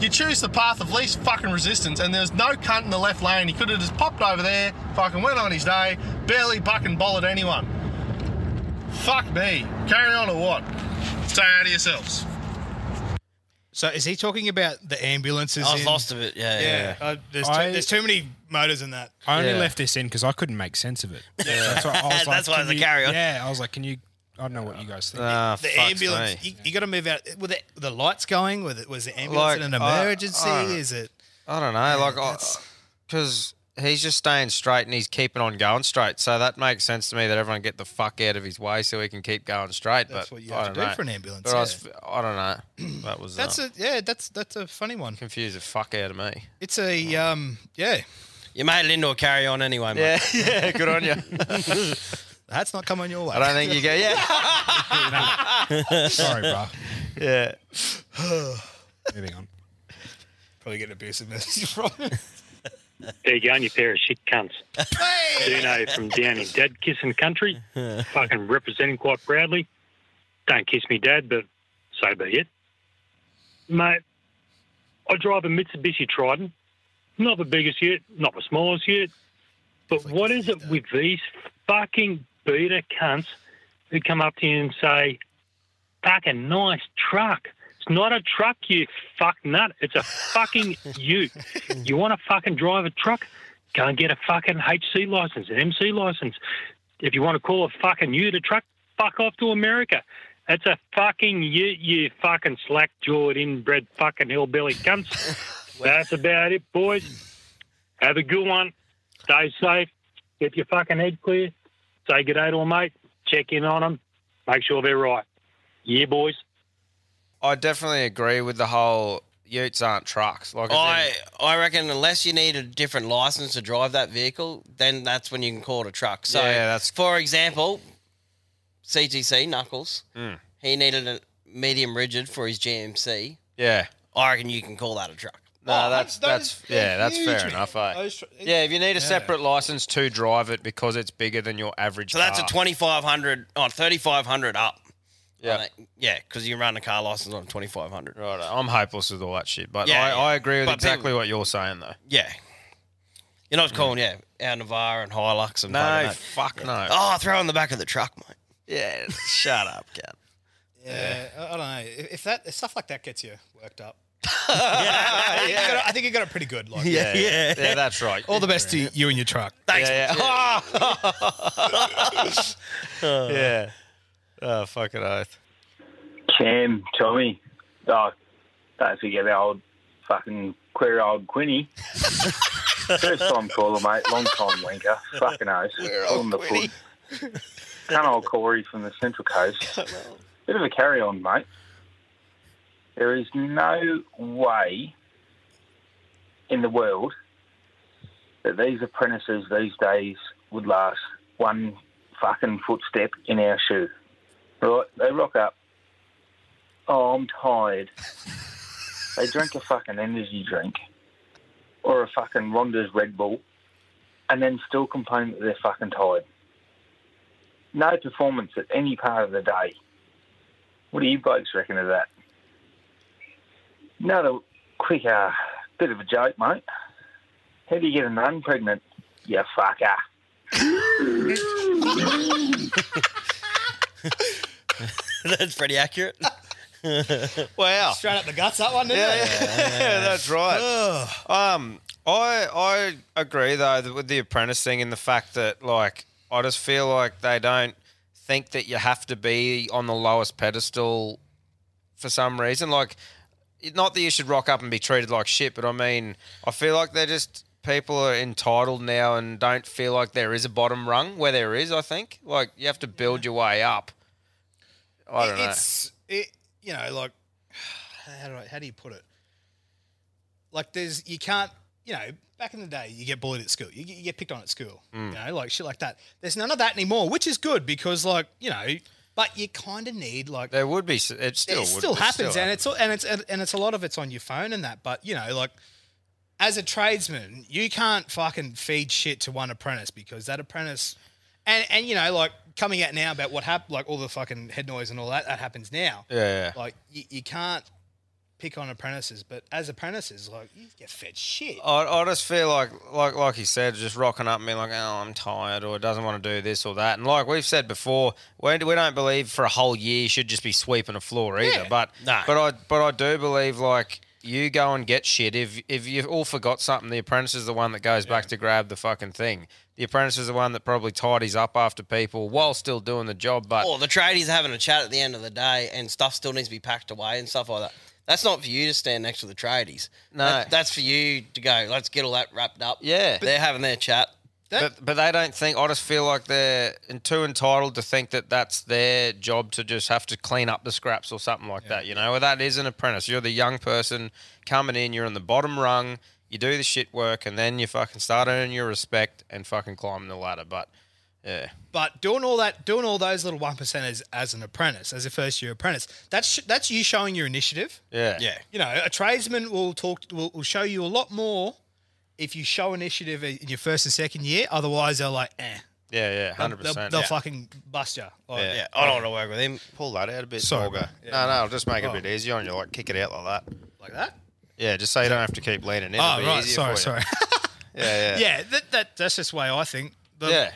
Speaker 11: You choose the path of least fucking resistance, and there's no cunt in the left lane. He could have just popped over there, fucking went on his day, barely fucking bothered anyone. Fuck me. Carry on or what? Stay out of yourselves.
Speaker 6: So is he talking about the ambulances?
Speaker 7: I was
Speaker 6: in-
Speaker 7: lost a bit, yeah, yeah, yeah.
Speaker 6: Uh, there's,
Speaker 7: I-
Speaker 6: too, there's too many motors in that.
Speaker 7: I only left this in because I couldn't make sense of it. That's why I was like,
Speaker 6: That's why
Speaker 7: can
Speaker 6: it's a
Speaker 7: you-
Speaker 6: carry-on.
Speaker 7: Yeah, I was like, can you? I don't know what you guys think.
Speaker 2: Ah,
Speaker 6: the ambulance. You, got to move out. Were the, the lights going? Was it was the
Speaker 2: Like,
Speaker 6: ambulance in an
Speaker 2: I-
Speaker 6: emergency?
Speaker 2: I-
Speaker 6: is it?
Speaker 2: I don't know, like, because he's just staying straight and he's keeping on going straight. So that makes sense to me that everyone get the fuck out of his way so he can keep going straight.
Speaker 6: That's
Speaker 2: but
Speaker 6: what you
Speaker 2: I
Speaker 6: have to
Speaker 2: don't
Speaker 6: do
Speaker 2: know.
Speaker 6: for an ambulance,
Speaker 2: But I,
Speaker 6: yeah.
Speaker 2: was, I don't know. That was
Speaker 6: That's
Speaker 2: uh,
Speaker 6: a yeah. That's that's a funny one.
Speaker 2: confused the fuck out of me.
Speaker 6: It's a um yeah.
Speaker 1: You made it into a carry on anyway, mate.
Speaker 2: Yeah, yeah, good on you.
Speaker 6: That's not coming your way.
Speaker 2: I don't think you go. Yeah.
Speaker 6: Sorry, bro.
Speaker 2: Yeah.
Speaker 7: Moving on.
Speaker 6: Probably getting abusive messages from him.
Speaker 18: There you go, and you pair of shit cunts. Duno from down in Dad Kissing Country, fucking representing quite proudly. Don't kiss me, Dad, but so be it. Mate, I drive a Mitsubishi Triton. Not the biggest yet, not the smallest yet. But what is it with these fucking beta cunts who come up to you and say, fucking nice truck. It's not a truck, you fuck nut. It's a fucking ute. You want to fucking drive a truck? Go and get a fucking HC license, an MC license. If you want to call a fucking ute a truck, fuck off to America. It's a fucking ute, you fucking slack jawed, inbred fucking hillbilly cunts. That's about it, boys. Have a good one. Stay safe. Keep your fucking head clear. Say good day to a mate. Check in on them. Make sure they're right. Yeah, boys.
Speaker 2: I definitely agree with the whole utes aren't trucks. Like as in-
Speaker 1: I, I reckon unless you need a different license to drive that vehicle, then that's when you can call it a truck. So,
Speaker 2: Yeah, that's-
Speaker 1: for example, CTC Knuckles,
Speaker 2: Hmm.
Speaker 1: he needed a medium rigid for his GMC.
Speaker 2: Yeah.
Speaker 1: I reckon you can call that a truck.
Speaker 2: No, that's that's yeah, that's fair enough. eh? yeah, if you need a separate license to drive it because it's bigger than your average.
Speaker 1: So that's a
Speaker 2: car.
Speaker 1: 2500 on 3500 up.
Speaker 2: Yeah.
Speaker 1: I think. yeah, because you run a car license on 2500.
Speaker 2: Right, I'm hopeless with all that shit, but
Speaker 1: Yeah,
Speaker 2: I,
Speaker 1: yeah.
Speaker 2: I agree with
Speaker 1: But
Speaker 2: exactly what you're saying though.
Speaker 1: Yeah. You're not calling, yeah, our Navara and Hilux and
Speaker 2: No,
Speaker 1: fucking that.
Speaker 2: fuck
Speaker 1: Yeah.
Speaker 2: no.
Speaker 1: Oh, throw in the back of the truck, mate.
Speaker 2: Yeah, shut up, cat.
Speaker 6: Yeah, I I don't know if- if that if stuff like that gets you worked up.
Speaker 2: yeah,
Speaker 6: I think you got it pretty good. Like,
Speaker 2: Yeah, yeah. Yeah, that's right.
Speaker 6: All the best to you and your truck.
Speaker 1: Thanks.
Speaker 2: Yeah,
Speaker 6: Oh.
Speaker 2: yeah. Oh, fucking oath.
Speaker 19: Cam, Tommy. Oh, don't forget our old fucking queer old Quinny. First time caller, mate. Long time wanker. Fucking oath. On the foot. Cunt old Corey from the Central Coast. Bit of a carry on, mate. There is no way in the world that these apprentices these days would last one fucking footstep in our shoe. Right? They rock up. Oh, I'm tired. they drink a fucking energy drink or a fucking Ronda's Red Bull and then still complain that they're fucking tired. No performance at any part of the day. What do you blokes reckon of that? Another quick uh, bit of a joke, mate. How do you get a nun pregnant? You fucker.
Speaker 1: That's pretty accurate.
Speaker 2: wow.
Speaker 6: Straight up the guts, that one, didn't
Speaker 2: yeah,
Speaker 6: it? Oh,
Speaker 2: yeah, that's right. um, I I agree though that with the apprentice thing and the fact that like I just feel like they don't think that you have to be on the lowest pedestal for some reason. Like, not that you should rock up and be treated like shit, but I mean, I feel like they're just people are entitled now and don't feel like there is a bottom rung where there is. I think like you have to build your way up. I don't know.
Speaker 6: it's it, you know like how do I, how do you put it? Like there's you can't you know back in the day you get bullied at school you, get- you get picked on at school
Speaker 20: Mm.
Speaker 6: you know like shit like that. There's none of that anymore, which is good because like you know. But you kind of need like
Speaker 2: there would be s- it still
Speaker 6: it
Speaker 2: would,
Speaker 6: still
Speaker 2: it
Speaker 6: happens, and it's all, and it's and it's a lot of it's on your phone and that. But you know, like as a tradesman, you can't fucking feed shit to one apprentice because that apprentice, and and you know, like coming out now about what happened, like all the fucking head noise and all that that happens now.
Speaker 2: Yeah, yeah.
Speaker 6: Like you, you can't pick on apprentices, but as apprentices, like you get fed shit.
Speaker 2: I, I just feel like, like, like he said, just rocking up and being like, "Oh, I'm tired," or doesn't want to do this or that. And like we've said before, we, we don't believe for a whole year you should just be sweeping a floor either.
Speaker 1: Yeah.
Speaker 2: But
Speaker 1: No.
Speaker 2: but I but I do believe like you go and get shit. If if you've all forgot something, the apprentice is the one that goes back to grab the fucking thing. The apprentice is the one that probably tidies up after people while still doing the job. But
Speaker 1: Or Oh, the tradies are having a chat at the end of the day, and stuff still needs to be packed away and stuff like that. That's not for you to stand next to the tradies.
Speaker 2: No.
Speaker 1: That- that's for you to go. Let's get all that wrapped up.
Speaker 2: Yeah.
Speaker 1: they're having their chat.
Speaker 2: but, but they don't think. I just feel like they're in- too entitled to think that that's their job to just have to clean up the scraps or something like that. You know, well, that is an apprentice. You're the young person coming in. You're on the bottom rung. You do the shit work, and then you fucking start earning your respect and fucking climbing the ladder. But yeah,
Speaker 6: But doing all that, doing all those little one percenters as an apprentice, as a first year apprentice, that's sh- that's you showing your initiative.
Speaker 2: yeah,
Speaker 6: You know, a tradesman will talk, will, will show you a lot more if you show initiative in your first and second year. Otherwise, they're like, eh.
Speaker 2: yeah, yeah,
Speaker 6: They'll-
Speaker 2: hundred
Speaker 6: They'll,
Speaker 2: percent.
Speaker 6: they'll fucking bust you. Like,
Speaker 2: yeah. I don't want to work with him. Pull that out a bit.
Speaker 6: Sorry,
Speaker 2: Sorry,
Speaker 6: mate.
Speaker 2: no, no, I'll just make it a bit easier on you. Like kick it out like that.
Speaker 6: Like that?
Speaker 2: Yeah, just so you don't have to keep leaning in.
Speaker 6: Oh,
Speaker 2: It'll be
Speaker 6: right,
Speaker 2: easier
Speaker 6: sorry,
Speaker 2: for you.
Speaker 6: sorry.
Speaker 2: yeah, yeah,
Speaker 6: Yeah, that, that that's just the way I think. The-
Speaker 2: Yeah.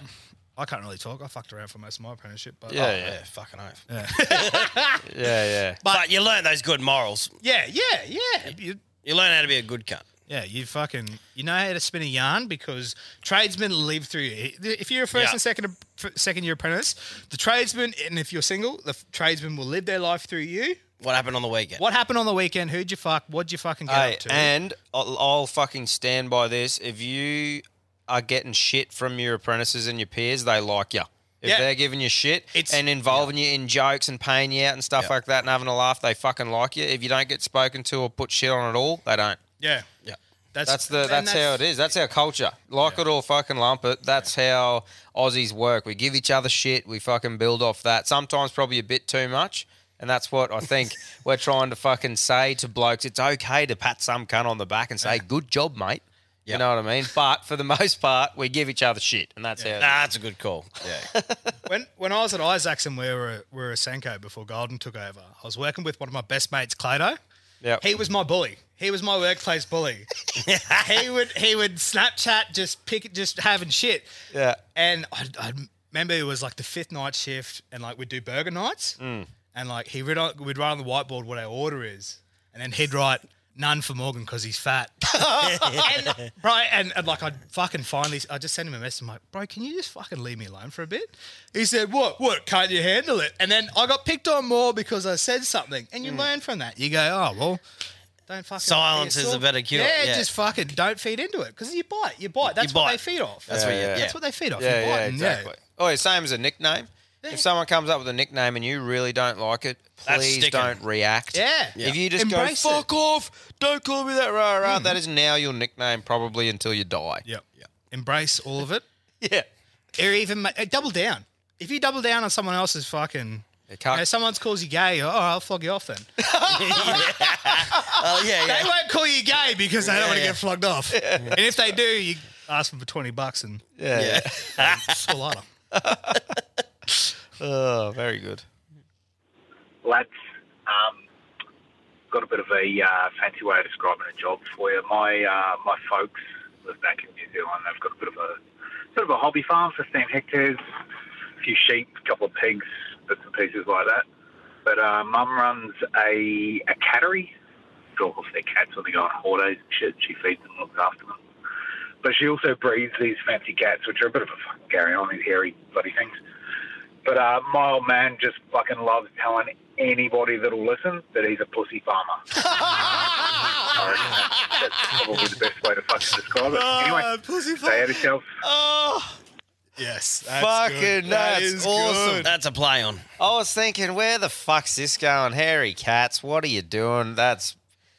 Speaker 6: I can't really talk. I fucked around for most of my apprenticeship, but
Speaker 2: Yeah,
Speaker 6: Oh,
Speaker 2: yeah.
Speaker 1: fucking oath.
Speaker 6: Yeah.
Speaker 2: yeah, yeah.
Speaker 1: But, you learn those good morals.
Speaker 6: Yeah, yeah, yeah. You,
Speaker 1: you learn how to be a good cunt.
Speaker 6: Yeah, you fucking you know how to spin a yarn because tradesmen live through. it. If you're a first
Speaker 1: Yeah.
Speaker 6: and second second year apprentice, the tradesman, and if you're single, the tradesman will live their life through you.
Speaker 1: What happened on the weekend?
Speaker 6: What happened on the weekend? Who'd you fuck? What'd you fucking get
Speaker 2: Hey,
Speaker 6: up to?
Speaker 2: and I'll, I'll fucking stand by this. If you are getting shit from your apprentices and your peers, they like you. If
Speaker 1: Yeah.
Speaker 2: they're giving you shit and involving you in jokes and paying you out and stuff
Speaker 1: Yeah.
Speaker 2: like that and having a laugh, they fucking like you. If you don't get spoken to or put shit on at all, they don't.
Speaker 6: yeah,
Speaker 1: yeah.
Speaker 2: That's, the that's, how it is. That's our culture. Like it or fucking lump it. That's how Aussies work. We give each other shit. We fucking build off that. Sometimes probably a bit too much. And that's what I think we're trying to fucking say to blokes. It's okay to pat some cunt on the back and say, "Good job, mate." You know what I mean? But for the most part, we give each other shit, and that's how.
Speaker 1: Nah, that's a good call. Yeah.
Speaker 6: when when I was at Isaacs and we were we were a Senko before Golden took over, I was working with one of my best mates, Clado.
Speaker 2: Yeah.
Speaker 6: He was my bully. He was my workplace bully. he would he would Snapchat just pick just having shit.
Speaker 2: Yeah.
Speaker 6: And I, I remember it was like the fifth night shift, and like we'd do burger nights,
Speaker 2: Mm.
Speaker 6: and like he would we'd write on the whiteboard what our order is, and then he'd write none for Morgan because he's fat. and, right, and, and like I'd fucking finally, I just sent him a message. I'm like, bro, can you just fucking leave me alone for a bit? He said, what, what, can't you handle it? And then I got picked on more because I said something, and you learn from that. You go, oh well. Don't fucking
Speaker 1: Silence is a better cure,
Speaker 6: Yeah,
Speaker 1: yeah.
Speaker 6: just fucking don't feed into it because you bite, you bite. That's what they feed off.
Speaker 2: That's what you- yeah.
Speaker 6: That's what they feed off.
Speaker 2: Yeah,
Speaker 6: you
Speaker 2: yeah,
Speaker 6: bite and
Speaker 2: exactly. Oh, it's same as a nickname. If someone comes up with a nickname and you really don't like it,
Speaker 1: That's
Speaker 2: please
Speaker 1: sticking.
Speaker 2: don't react.
Speaker 1: Yeah.
Speaker 2: If you just
Speaker 1: Embrace
Speaker 2: go
Speaker 1: it.
Speaker 2: fuck off, don't call me that, rah rah. That is now your nickname probably until you die.
Speaker 6: Yep. Yep. Embrace all of it.
Speaker 2: yeah.
Speaker 6: Or even ma- uh, double down. If you double down on someone else's fucking,
Speaker 2: cuck.
Speaker 6: you know, someone's calls you gay, oh, I'll flog you off then.
Speaker 1: Oh, yeah, yeah.
Speaker 6: They won't call you gay because they
Speaker 1: Yeah,
Speaker 6: don't want to
Speaker 1: yeah.
Speaker 6: get flogged off. And if they do, you ask them for 20 bucks and
Speaker 2: Yeah.
Speaker 6: Um, it's a lot of-
Speaker 2: Oh, very good.
Speaker 20: lads. Um, got a bit of a uh, fancy way of describing a job for you. My uh, my folks live back in New Zealand. They've got a bit of a sort of a hobby farm, 15 hectares, a few sheep, a couple of pigs, bits and pieces like that. But uh, mum runs a a cattery. Drop off their cats when they go on holidays and shit. She feeds them, looks after them. But she also breeds these fancy cats, which are a bit of a fucking carry on, these hairy bloody things. But uh, my old man just fucking loves telling anybody that'll listen that he's a pussy farmer. I reckon that's probably the best way to fucking describe it. Anyway, stay out of yourself.
Speaker 2: Oh,
Speaker 6: yes.
Speaker 2: fucking that's awesome.
Speaker 1: That's a play on.
Speaker 2: I was thinking, where the fuck's this going? Hairy cats, what are you doing? That's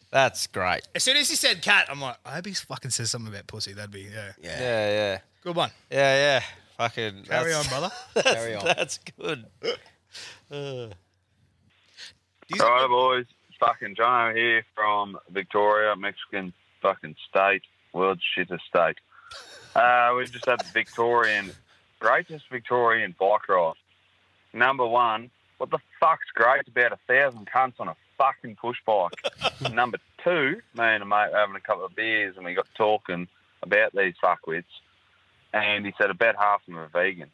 Speaker 2: that's great.
Speaker 6: As soon as he said cat, I'm like, I hope he fucking says something about pussy. That'd be, yeah.
Speaker 2: Yeah, yeah.
Speaker 6: Good one.
Speaker 2: Yeah, yeah. Fucking
Speaker 6: Carry
Speaker 2: that's-
Speaker 6: on, brother.
Speaker 2: That's,
Speaker 6: Carry on.
Speaker 2: That's good. Uh.
Speaker 21: Right, boys. It's Fucking Jono here from Victoria, Mexican fucking state, world shitter state. Uh, we just had the Victorian, greatest Victorian bike ride. Number one, what the fuck's great about a thousand cunts on a fucking push bike. Number two, me and a mate were having a couple of beers and we got talking about these fuckwits, and he said about half of them are vegan.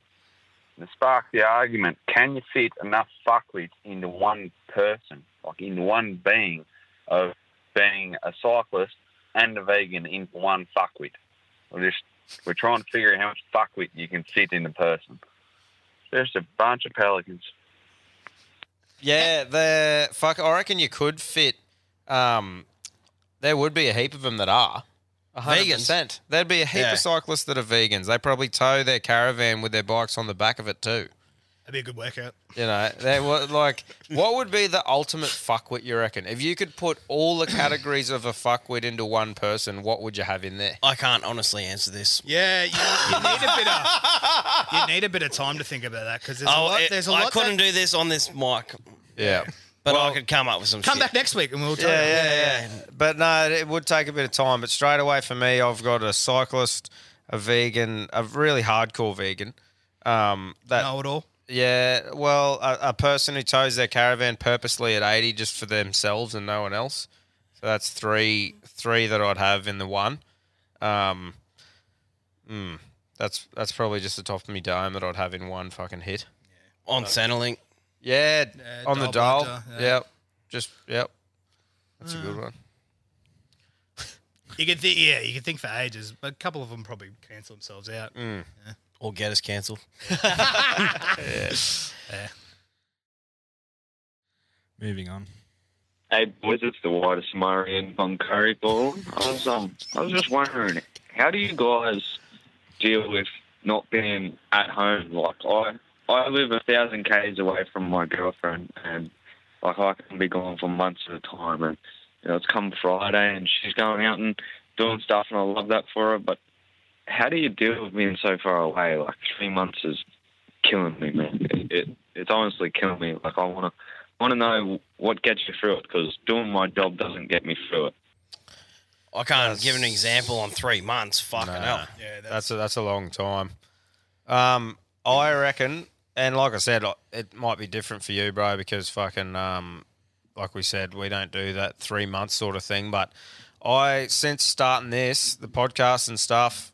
Speaker 21: And it sparked the argument: Can you fit enough fuckwits into one person, like into one being, of being a cyclist and a vegan into one fuckwit? We're just we're trying to figure out how much fuckwit you can fit in a person. Just a bunch of pelicans.
Speaker 2: Yeah, the fuck. I reckon you could fit. Um, there would be a heap of them that are a hundred
Speaker 1: Vegans.
Speaker 2: percent. There'd be a heap
Speaker 1: Yeah.
Speaker 2: of cyclists that are vegans. They probably tow their caravan with their bikes on the back of it too.
Speaker 6: That'd be a good workout.
Speaker 2: You know, they were like, what would be the ultimate fuckwit? You reckon if you could put all the categories of a fuckwit into one person, what would you have in there?
Speaker 1: I can't honestly answer this.
Speaker 6: Yeah, you, you need a bit of you need a bit of time to think about that because there's a
Speaker 1: Oh,
Speaker 6: lot.
Speaker 1: it-
Speaker 6: There's a
Speaker 1: I
Speaker 6: lot.
Speaker 1: couldn't do this on this mic,
Speaker 2: Yeah.
Speaker 1: but I could come up with some.
Speaker 6: that, come
Speaker 1: shit.
Speaker 6: back next week and we'll. Tell
Speaker 2: yeah,
Speaker 6: you.
Speaker 2: yeah, yeah, But no, it would take a bit of time. But straight away for me, I've got a cyclist, a vegan, a really hardcore vegan. Um, that
Speaker 6: know it all.
Speaker 2: Yeah, well, a, a person who tows their caravan purposely at eighty just for themselves and no one else. So that's three, three that I'd have in the one. Um, mm, that's that's probably just the top of me dome that I'd have in one fucking hit.
Speaker 1: On Centrelink.
Speaker 2: Yeah,
Speaker 1: Yeah,
Speaker 2: on the
Speaker 1: dial
Speaker 2: dial.
Speaker 1: punter, yeah.
Speaker 2: Yep. Just yep. That's a good
Speaker 6: Mm.
Speaker 2: one.
Speaker 6: You could think, yeah, you could think for ages, but a couple of them probably cancel themselves out.
Speaker 2: Mm.
Speaker 1: Or get us cancelled.
Speaker 6: Yeah.
Speaker 7: Moving on.
Speaker 22: Hey boys, it's the whitest Marian on Curry Ball. I was um, I was just wondering, how do you guys deal with not being at home? Like I, I live a thousand k's away from my girlfriend, and like I can be gone for months at a time. And you know, it's come Friday, and she's going out and doing stuff, and I love that for her. But how do you deal with being so far away? Like three months is killing me, man. It, it it's honestly killing me. Like I wanna want to know what gets you through it because doing my job doesn't get me through it.
Speaker 1: I can't give an example on three months. Fucking hell.
Speaker 6: Yeah,
Speaker 2: that's, a that's a long time. Um, I reckon, and like I said, I- it might be different for you, bro, because fucking, um, like we said, we don't do that three month sort of thing. But I, since starting this, the podcast and stuff,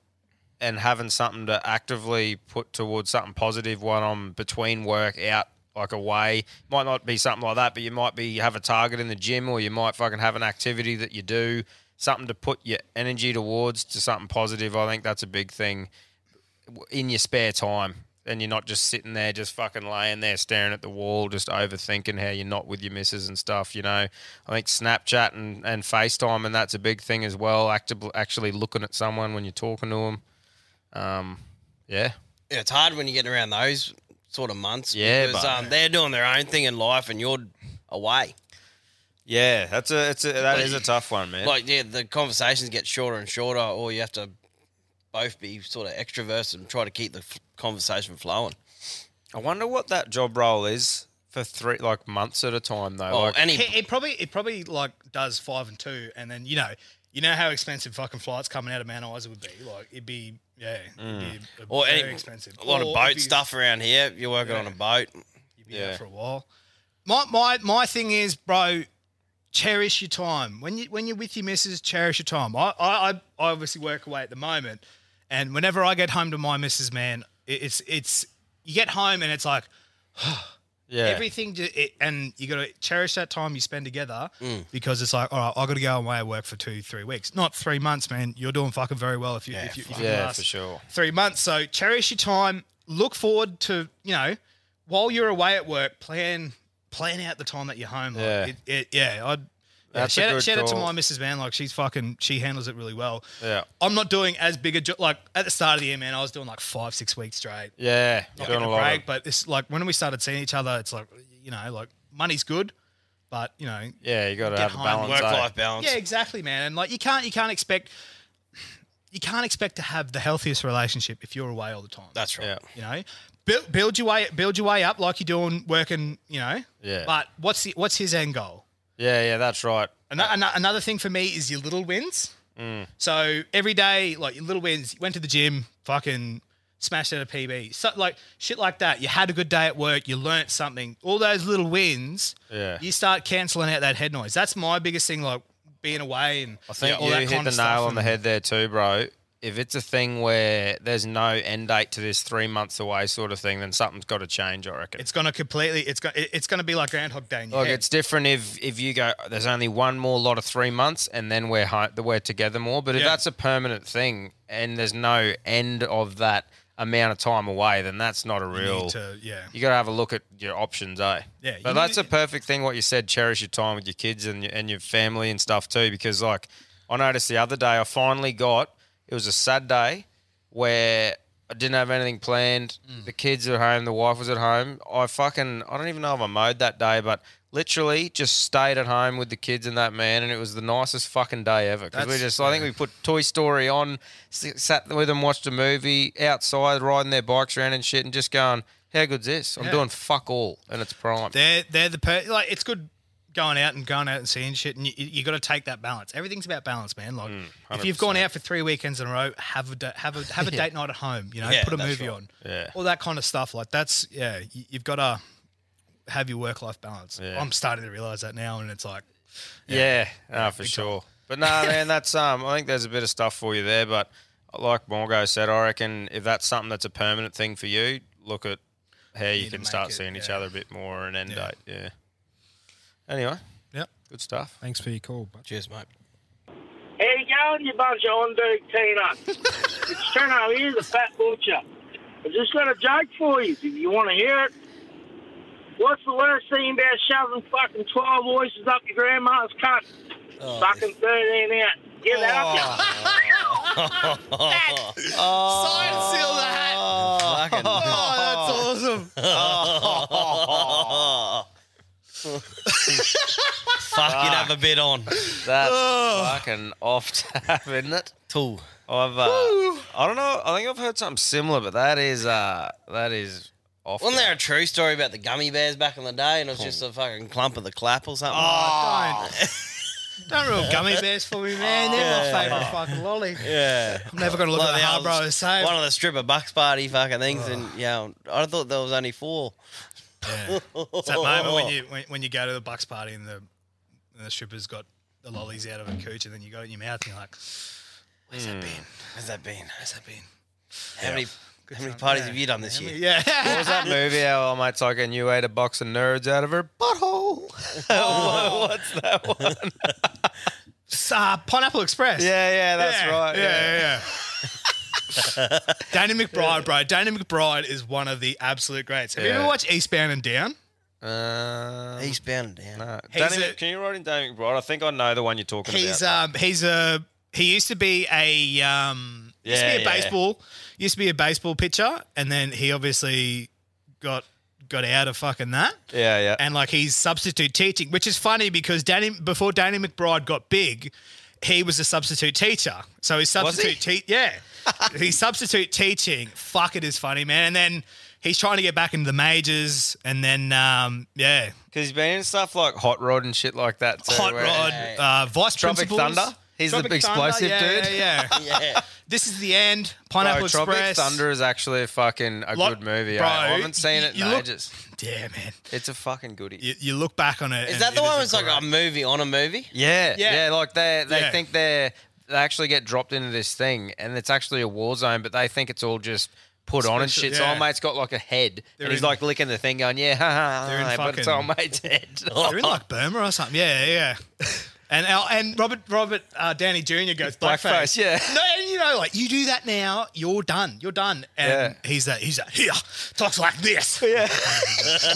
Speaker 2: and having something to actively put towards something positive when I'm between work out like away might not be something like that but you might be you have a target in the gym or you might fucking have an activity that you do something to put your energy towards to something positive I think that's a big thing in your spare time and you're not just sitting there just fucking laying there staring at the wall just overthinking how you're not with your missus and stuff you know i think snapchat and, and facetime and that's a big thing as well active, actually looking at someone when you're talking to them um, yeah
Speaker 1: Yeah, it's hard when you get around those sort of months.
Speaker 2: Yeah,
Speaker 1: because
Speaker 2: but-
Speaker 1: um, they're doing their own thing in life, and you're away.
Speaker 2: yeah that's a it's a that is a tough one man
Speaker 1: Like, yeah, the conversations get shorter and shorter, or you have to both be sort of extroverts and try to keep the f- conversation flowing.
Speaker 2: i wonder what that job role is for three like months at a time though
Speaker 1: Oh,
Speaker 2: like,
Speaker 6: it, it probably it probably like does five and two, and then you know you know how expensive fucking flights coming out of Mount Isa would be. Like it'd be yeah,
Speaker 2: Mm.
Speaker 6: it'd be
Speaker 1: Mm.
Speaker 6: a-
Speaker 1: Or
Speaker 6: very
Speaker 1: any,
Speaker 6: expensive.
Speaker 1: A lot
Speaker 6: Or
Speaker 1: of
Speaker 6: if
Speaker 1: boat
Speaker 6: you-
Speaker 1: stuff around here. You're working
Speaker 6: Yeah.
Speaker 1: on a boat.
Speaker 6: yeah. for a while. My my my thing is, bro, cherish your time. When you when you're with your missus, cherish your time. I I, I I obviously work away at the moment, and whenever I get home to my missus, man, it, it's it's you get home and it's like,
Speaker 2: yeah,
Speaker 6: everything. ju- It, and you got to cherish that time you spend together
Speaker 2: Mm.
Speaker 6: because it's like, all right, I got to go away and work for two three weeks, not three months, man. You're doing fucking very well if you if you, if you
Speaker 2: yeah
Speaker 6: last
Speaker 2: for sure
Speaker 6: three months. So cherish your time. Look forward to you know, while you're away at work, plan plan out the time that you're home. Like,
Speaker 2: Yeah.
Speaker 6: it, it, yeah. I'd yeah,
Speaker 2: That's a
Speaker 6: shout, out,
Speaker 2: good
Speaker 6: shout out to my
Speaker 2: call.
Speaker 6: Mrs. Man. Like she's fucking she handles it really well.
Speaker 2: yeah
Speaker 6: I'm not doing as big a job. Like at the start of the year, man, I was doing like five six weeks straight.
Speaker 2: yeah
Speaker 6: Not
Speaker 2: doing
Speaker 6: getting
Speaker 2: a
Speaker 6: a
Speaker 2: lot of-
Speaker 6: break, but it's like when we started seeing each other, it's like you know, like money's good, but you know,
Speaker 2: Yeah, you got to
Speaker 6: get
Speaker 2: have a
Speaker 6: home,
Speaker 2: balance. eh?
Speaker 6: Yeah, exactly, man. And like you can't you can't expect you can't expect to have the healthiest relationship if you're away all the time.
Speaker 1: That's right.
Speaker 6: You know, build, build your way build your way up like you're doing working. You know.
Speaker 2: Yeah.
Speaker 6: But what's the, what's his end goal?
Speaker 2: Yeah, yeah, that's right.
Speaker 6: Another, another thing for me is your little wins.
Speaker 2: Mm.
Speaker 6: So every day, like your little wins, you went to the gym, fucking smashed out a PB. So, like shit like that. You had a good day at work. You learnt something. All those little wins.
Speaker 2: Yeah.
Speaker 6: You start cancelling out that head noise. That's my biggest thing. Like being away and
Speaker 2: I think
Speaker 6: all
Speaker 2: you
Speaker 6: that
Speaker 2: hit
Speaker 6: kind
Speaker 2: the
Speaker 6: of
Speaker 2: nail
Speaker 6: stuff
Speaker 2: on the
Speaker 6: and-
Speaker 2: head there too, bro. If it's a thing where there's no end date to this three months away sort of thing, then something's got to change. I reckon.
Speaker 6: It's gonna completely. It's gonna. It's gonna be like Groundhog Day. In your
Speaker 2: Look,
Speaker 6: head.
Speaker 2: it's different if if you go. There's only one more lot of three months, and then we're home, we're together more. But if that's a permanent thing, and there's no end of that amount of time away, then that's not a
Speaker 6: need
Speaker 2: real.
Speaker 6: to- yeah.
Speaker 2: You got to have a look at your options, eh?
Speaker 6: Yeah,
Speaker 2: But
Speaker 6: you-
Speaker 2: that's a perfect thing. What you said, cherish your time with your kids and your, and your family and stuff too, because like I noticed the other day, I finally got. It was a sad day where I didn't have anything planned.
Speaker 6: Mm.
Speaker 2: The kids were home, the wife was at home. I fucking I don't even know if I mowed that day, but literally just stayed at home with the kids and that man, and it was the nicest fucking day ever. Because we
Speaker 23: That's-
Speaker 2: just I think we put Toy Story on, s- sat with them, watched a movie outside, riding their bikes around and shit, and just going, how good's this? I'm
Speaker 6: Yeah.
Speaker 2: doing fuck all, and it's prime.
Speaker 6: They're they're the per- like it's good going out and going out and seeing shit, and you, you got to take that balance. Everything's about balance, man. Like
Speaker 2: Mm,
Speaker 6: if you've gone out for three weekends in a row, have a da- have a have a
Speaker 2: Yeah.
Speaker 6: date night at home. You know,
Speaker 2: Yeah,
Speaker 6: put a
Speaker 2: that's
Speaker 6: movie
Speaker 2: right.
Speaker 6: on,
Speaker 2: Yeah.
Speaker 6: all that kind of stuff. Like that's yeah, you, you've got to have your work life balance.
Speaker 2: Yeah.
Speaker 6: I'm starting to realize that now, and it's like
Speaker 2: Yeah, no, for sure. But no, man, that's um. I think there's a bit of stuff for you there, but like Morgo said, I reckon if that's something that's a permanent thing for you, look at how you, can start seeing each other a bit more and end date. Yeah. Anyway.
Speaker 6: Yep.
Speaker 2: Good stuff.
Speaker 7: Thanks for your call. Bud.
Speaker 2: Cheers, mate.
Speaker 24: Here you go, you bunch of undoing peanuts. it's Trino here, the fat butcher. I've just got a joke for you if you want to hear it. What's the worst thing about shoving fucking 12 oysters up your grandma's cunt? Fucking 13 out. Get out
Speaker 2: Oh.
Speaker 6: Sign seal the hat. Oh, that's
Speaker 1: Fuck, you'd have a bit on.
Speaker 2: That's
Speaker 1: Oh.
Speaker 2: fucking off tap, isn't it?
Speaker 1: Tool.
Speaker 2: I've uh, I don't know. I think I've heard something similar, but that is uh that is off.
Speaker 1: Wasn't there a true story about the gummy bears back in the day, and it was just a fucking clump of the clap or something?
Speaker 6: Oh, Don't ruin gummy bears for me, man. They're my
Speaker 1: Yeah.
Speaker 6: favourite fucking lolly.
Speaker 1: Yeah.
Speaker 6: I'm never gonna look at the
Speaker 1: old-
Speaker 6: Harbro same.
Speaker 1: One of the stripper bucks party fucking things, and yeah, I thought there was only four.
Speaker 6: It's that moment when you when, when you go to the bucks party and the and the stripper's got the lollies out of her cooch and then you got it in your mouth and you're like, where's that been?
Speaker 1: Hmm. Where's that been?
Speaker 6: Where's that been?
Speaker 1: How many how many parties have you done this year?
Speaker 6: Yeah.
Speaker 2: What was that movie? How all my talking you ate a box of nerds out of her butthole. What's that one?
Speaker 6: S- Uh, Pineapple Express.
Speaker 2: Yeah, yeah, that's right,
Speaker 6: Yeah,
Speaker 2: yeah.
Speaker 6: yeah, yeah. Danny McBride, bro. Danny McBride is one of the absolute greats. Have you
Speaker 2: Yeah.
Speaker 6: ever watched Eastbound and Down?
Speaker 2: Um,
Speaker 1: Eastbound and Down.
Speaker 6: He's
Speaker 2: Danny,
Speaker 6: a-
Speaker 2: Mc- can you write in Danny McBride? I think I know the one you're talking
Speaker 6: He's
Speaker 2: about.
Speaker 6: um he's a he used to be a um used to
Speaker 2: Yeah,
Speaker 6: be a
Speaker 2: yeah.
Speaker 6: baseball used to be a baseball pitcher and then he obviously got got out of fucking that.
Speaker 1: uh,
Speaker 2: yeah, yeah.
Speaker 6: And like he's substitute teaching, which is funny because Danny before Danny McBride got big, he was a substitute teacher. So he's
Speaker 2: Was
Speaker 6: substitute teach yeah. he's substitute teaching. Fuck it is funny, man. And then he's trying to get back into the majors and then um yeah.
Speaker 2: Because he's been in stuff like Hot Rod and shit like that. Too,
Speaker 6: Hot
Speaker 2: where-
Speaker 6: Rod, uh, Vice
Speaker 2: Tropic
Speaker 6: Principals.
Speaker 2: Thunder. He's
Speaker 6: Tropic
Speaker 2: the explosive
Speaker 6: Thunder, yeah,
Speaker 2: dude.
Speaker 6: Yeah, yeah. This is the end. Pineapple
Speaker 2: Bro, Tropic
Speaker 6: Express.
Speaker 2: Thunder is actually a fucking a
Speaker 6: Lot-
Speaker 2: good movie.
Speaker 6: Bro,
Speaker 2: I, I haven't seen
Speaker 6: you-
Speaker 2: it
Speaker 6: you
Speaker 2: in
Speaker 6: look-
Speaker 2: ages.
Speaker 6: Yeah, man.
Speaker 2: It's a fucking goodie.
Speaker 6: You, you look back on it.
Speaker 1: Is
Speaker 6: and
Speaker 1: that
Speaker 6: it
Speaker 1: the one
Speaker 6: a
Speaker 1: that's like a movie on a movie?
Speaker 2: Yeah, yeah, like they they
Speaker 1: Yeah.
Speaker 2: think they're they actually get dropped into this thing, and it's actually a war zone, but they think it's all just put on and
Speaker 1: Special-
Speaker 2: shit. So
Speaker 1: yeah.
Speaker 2: our mate's got like a head,
Speaker 1: They're
Speaker 2: and he's
Speaker 1: in-
Speaker 2: like licking the thing, going, "Yeah, ha, ha,
Speaker 6: They're in
Speaker 2: ha, but it's our
Speaker 6: fucking-
Speaker 2: mate's head."
Speaker 6: They're in like Burma or something. Yeah, yeah. yeah. And Al, and Robert Robert uh, Downey Jr. goes blackface.
Speaker 2: Blackface, yeah.
Speaker 6: No, and you know, like you do that now, you're done. You're done. And he's that. He's that. Here talks like this. Yeah.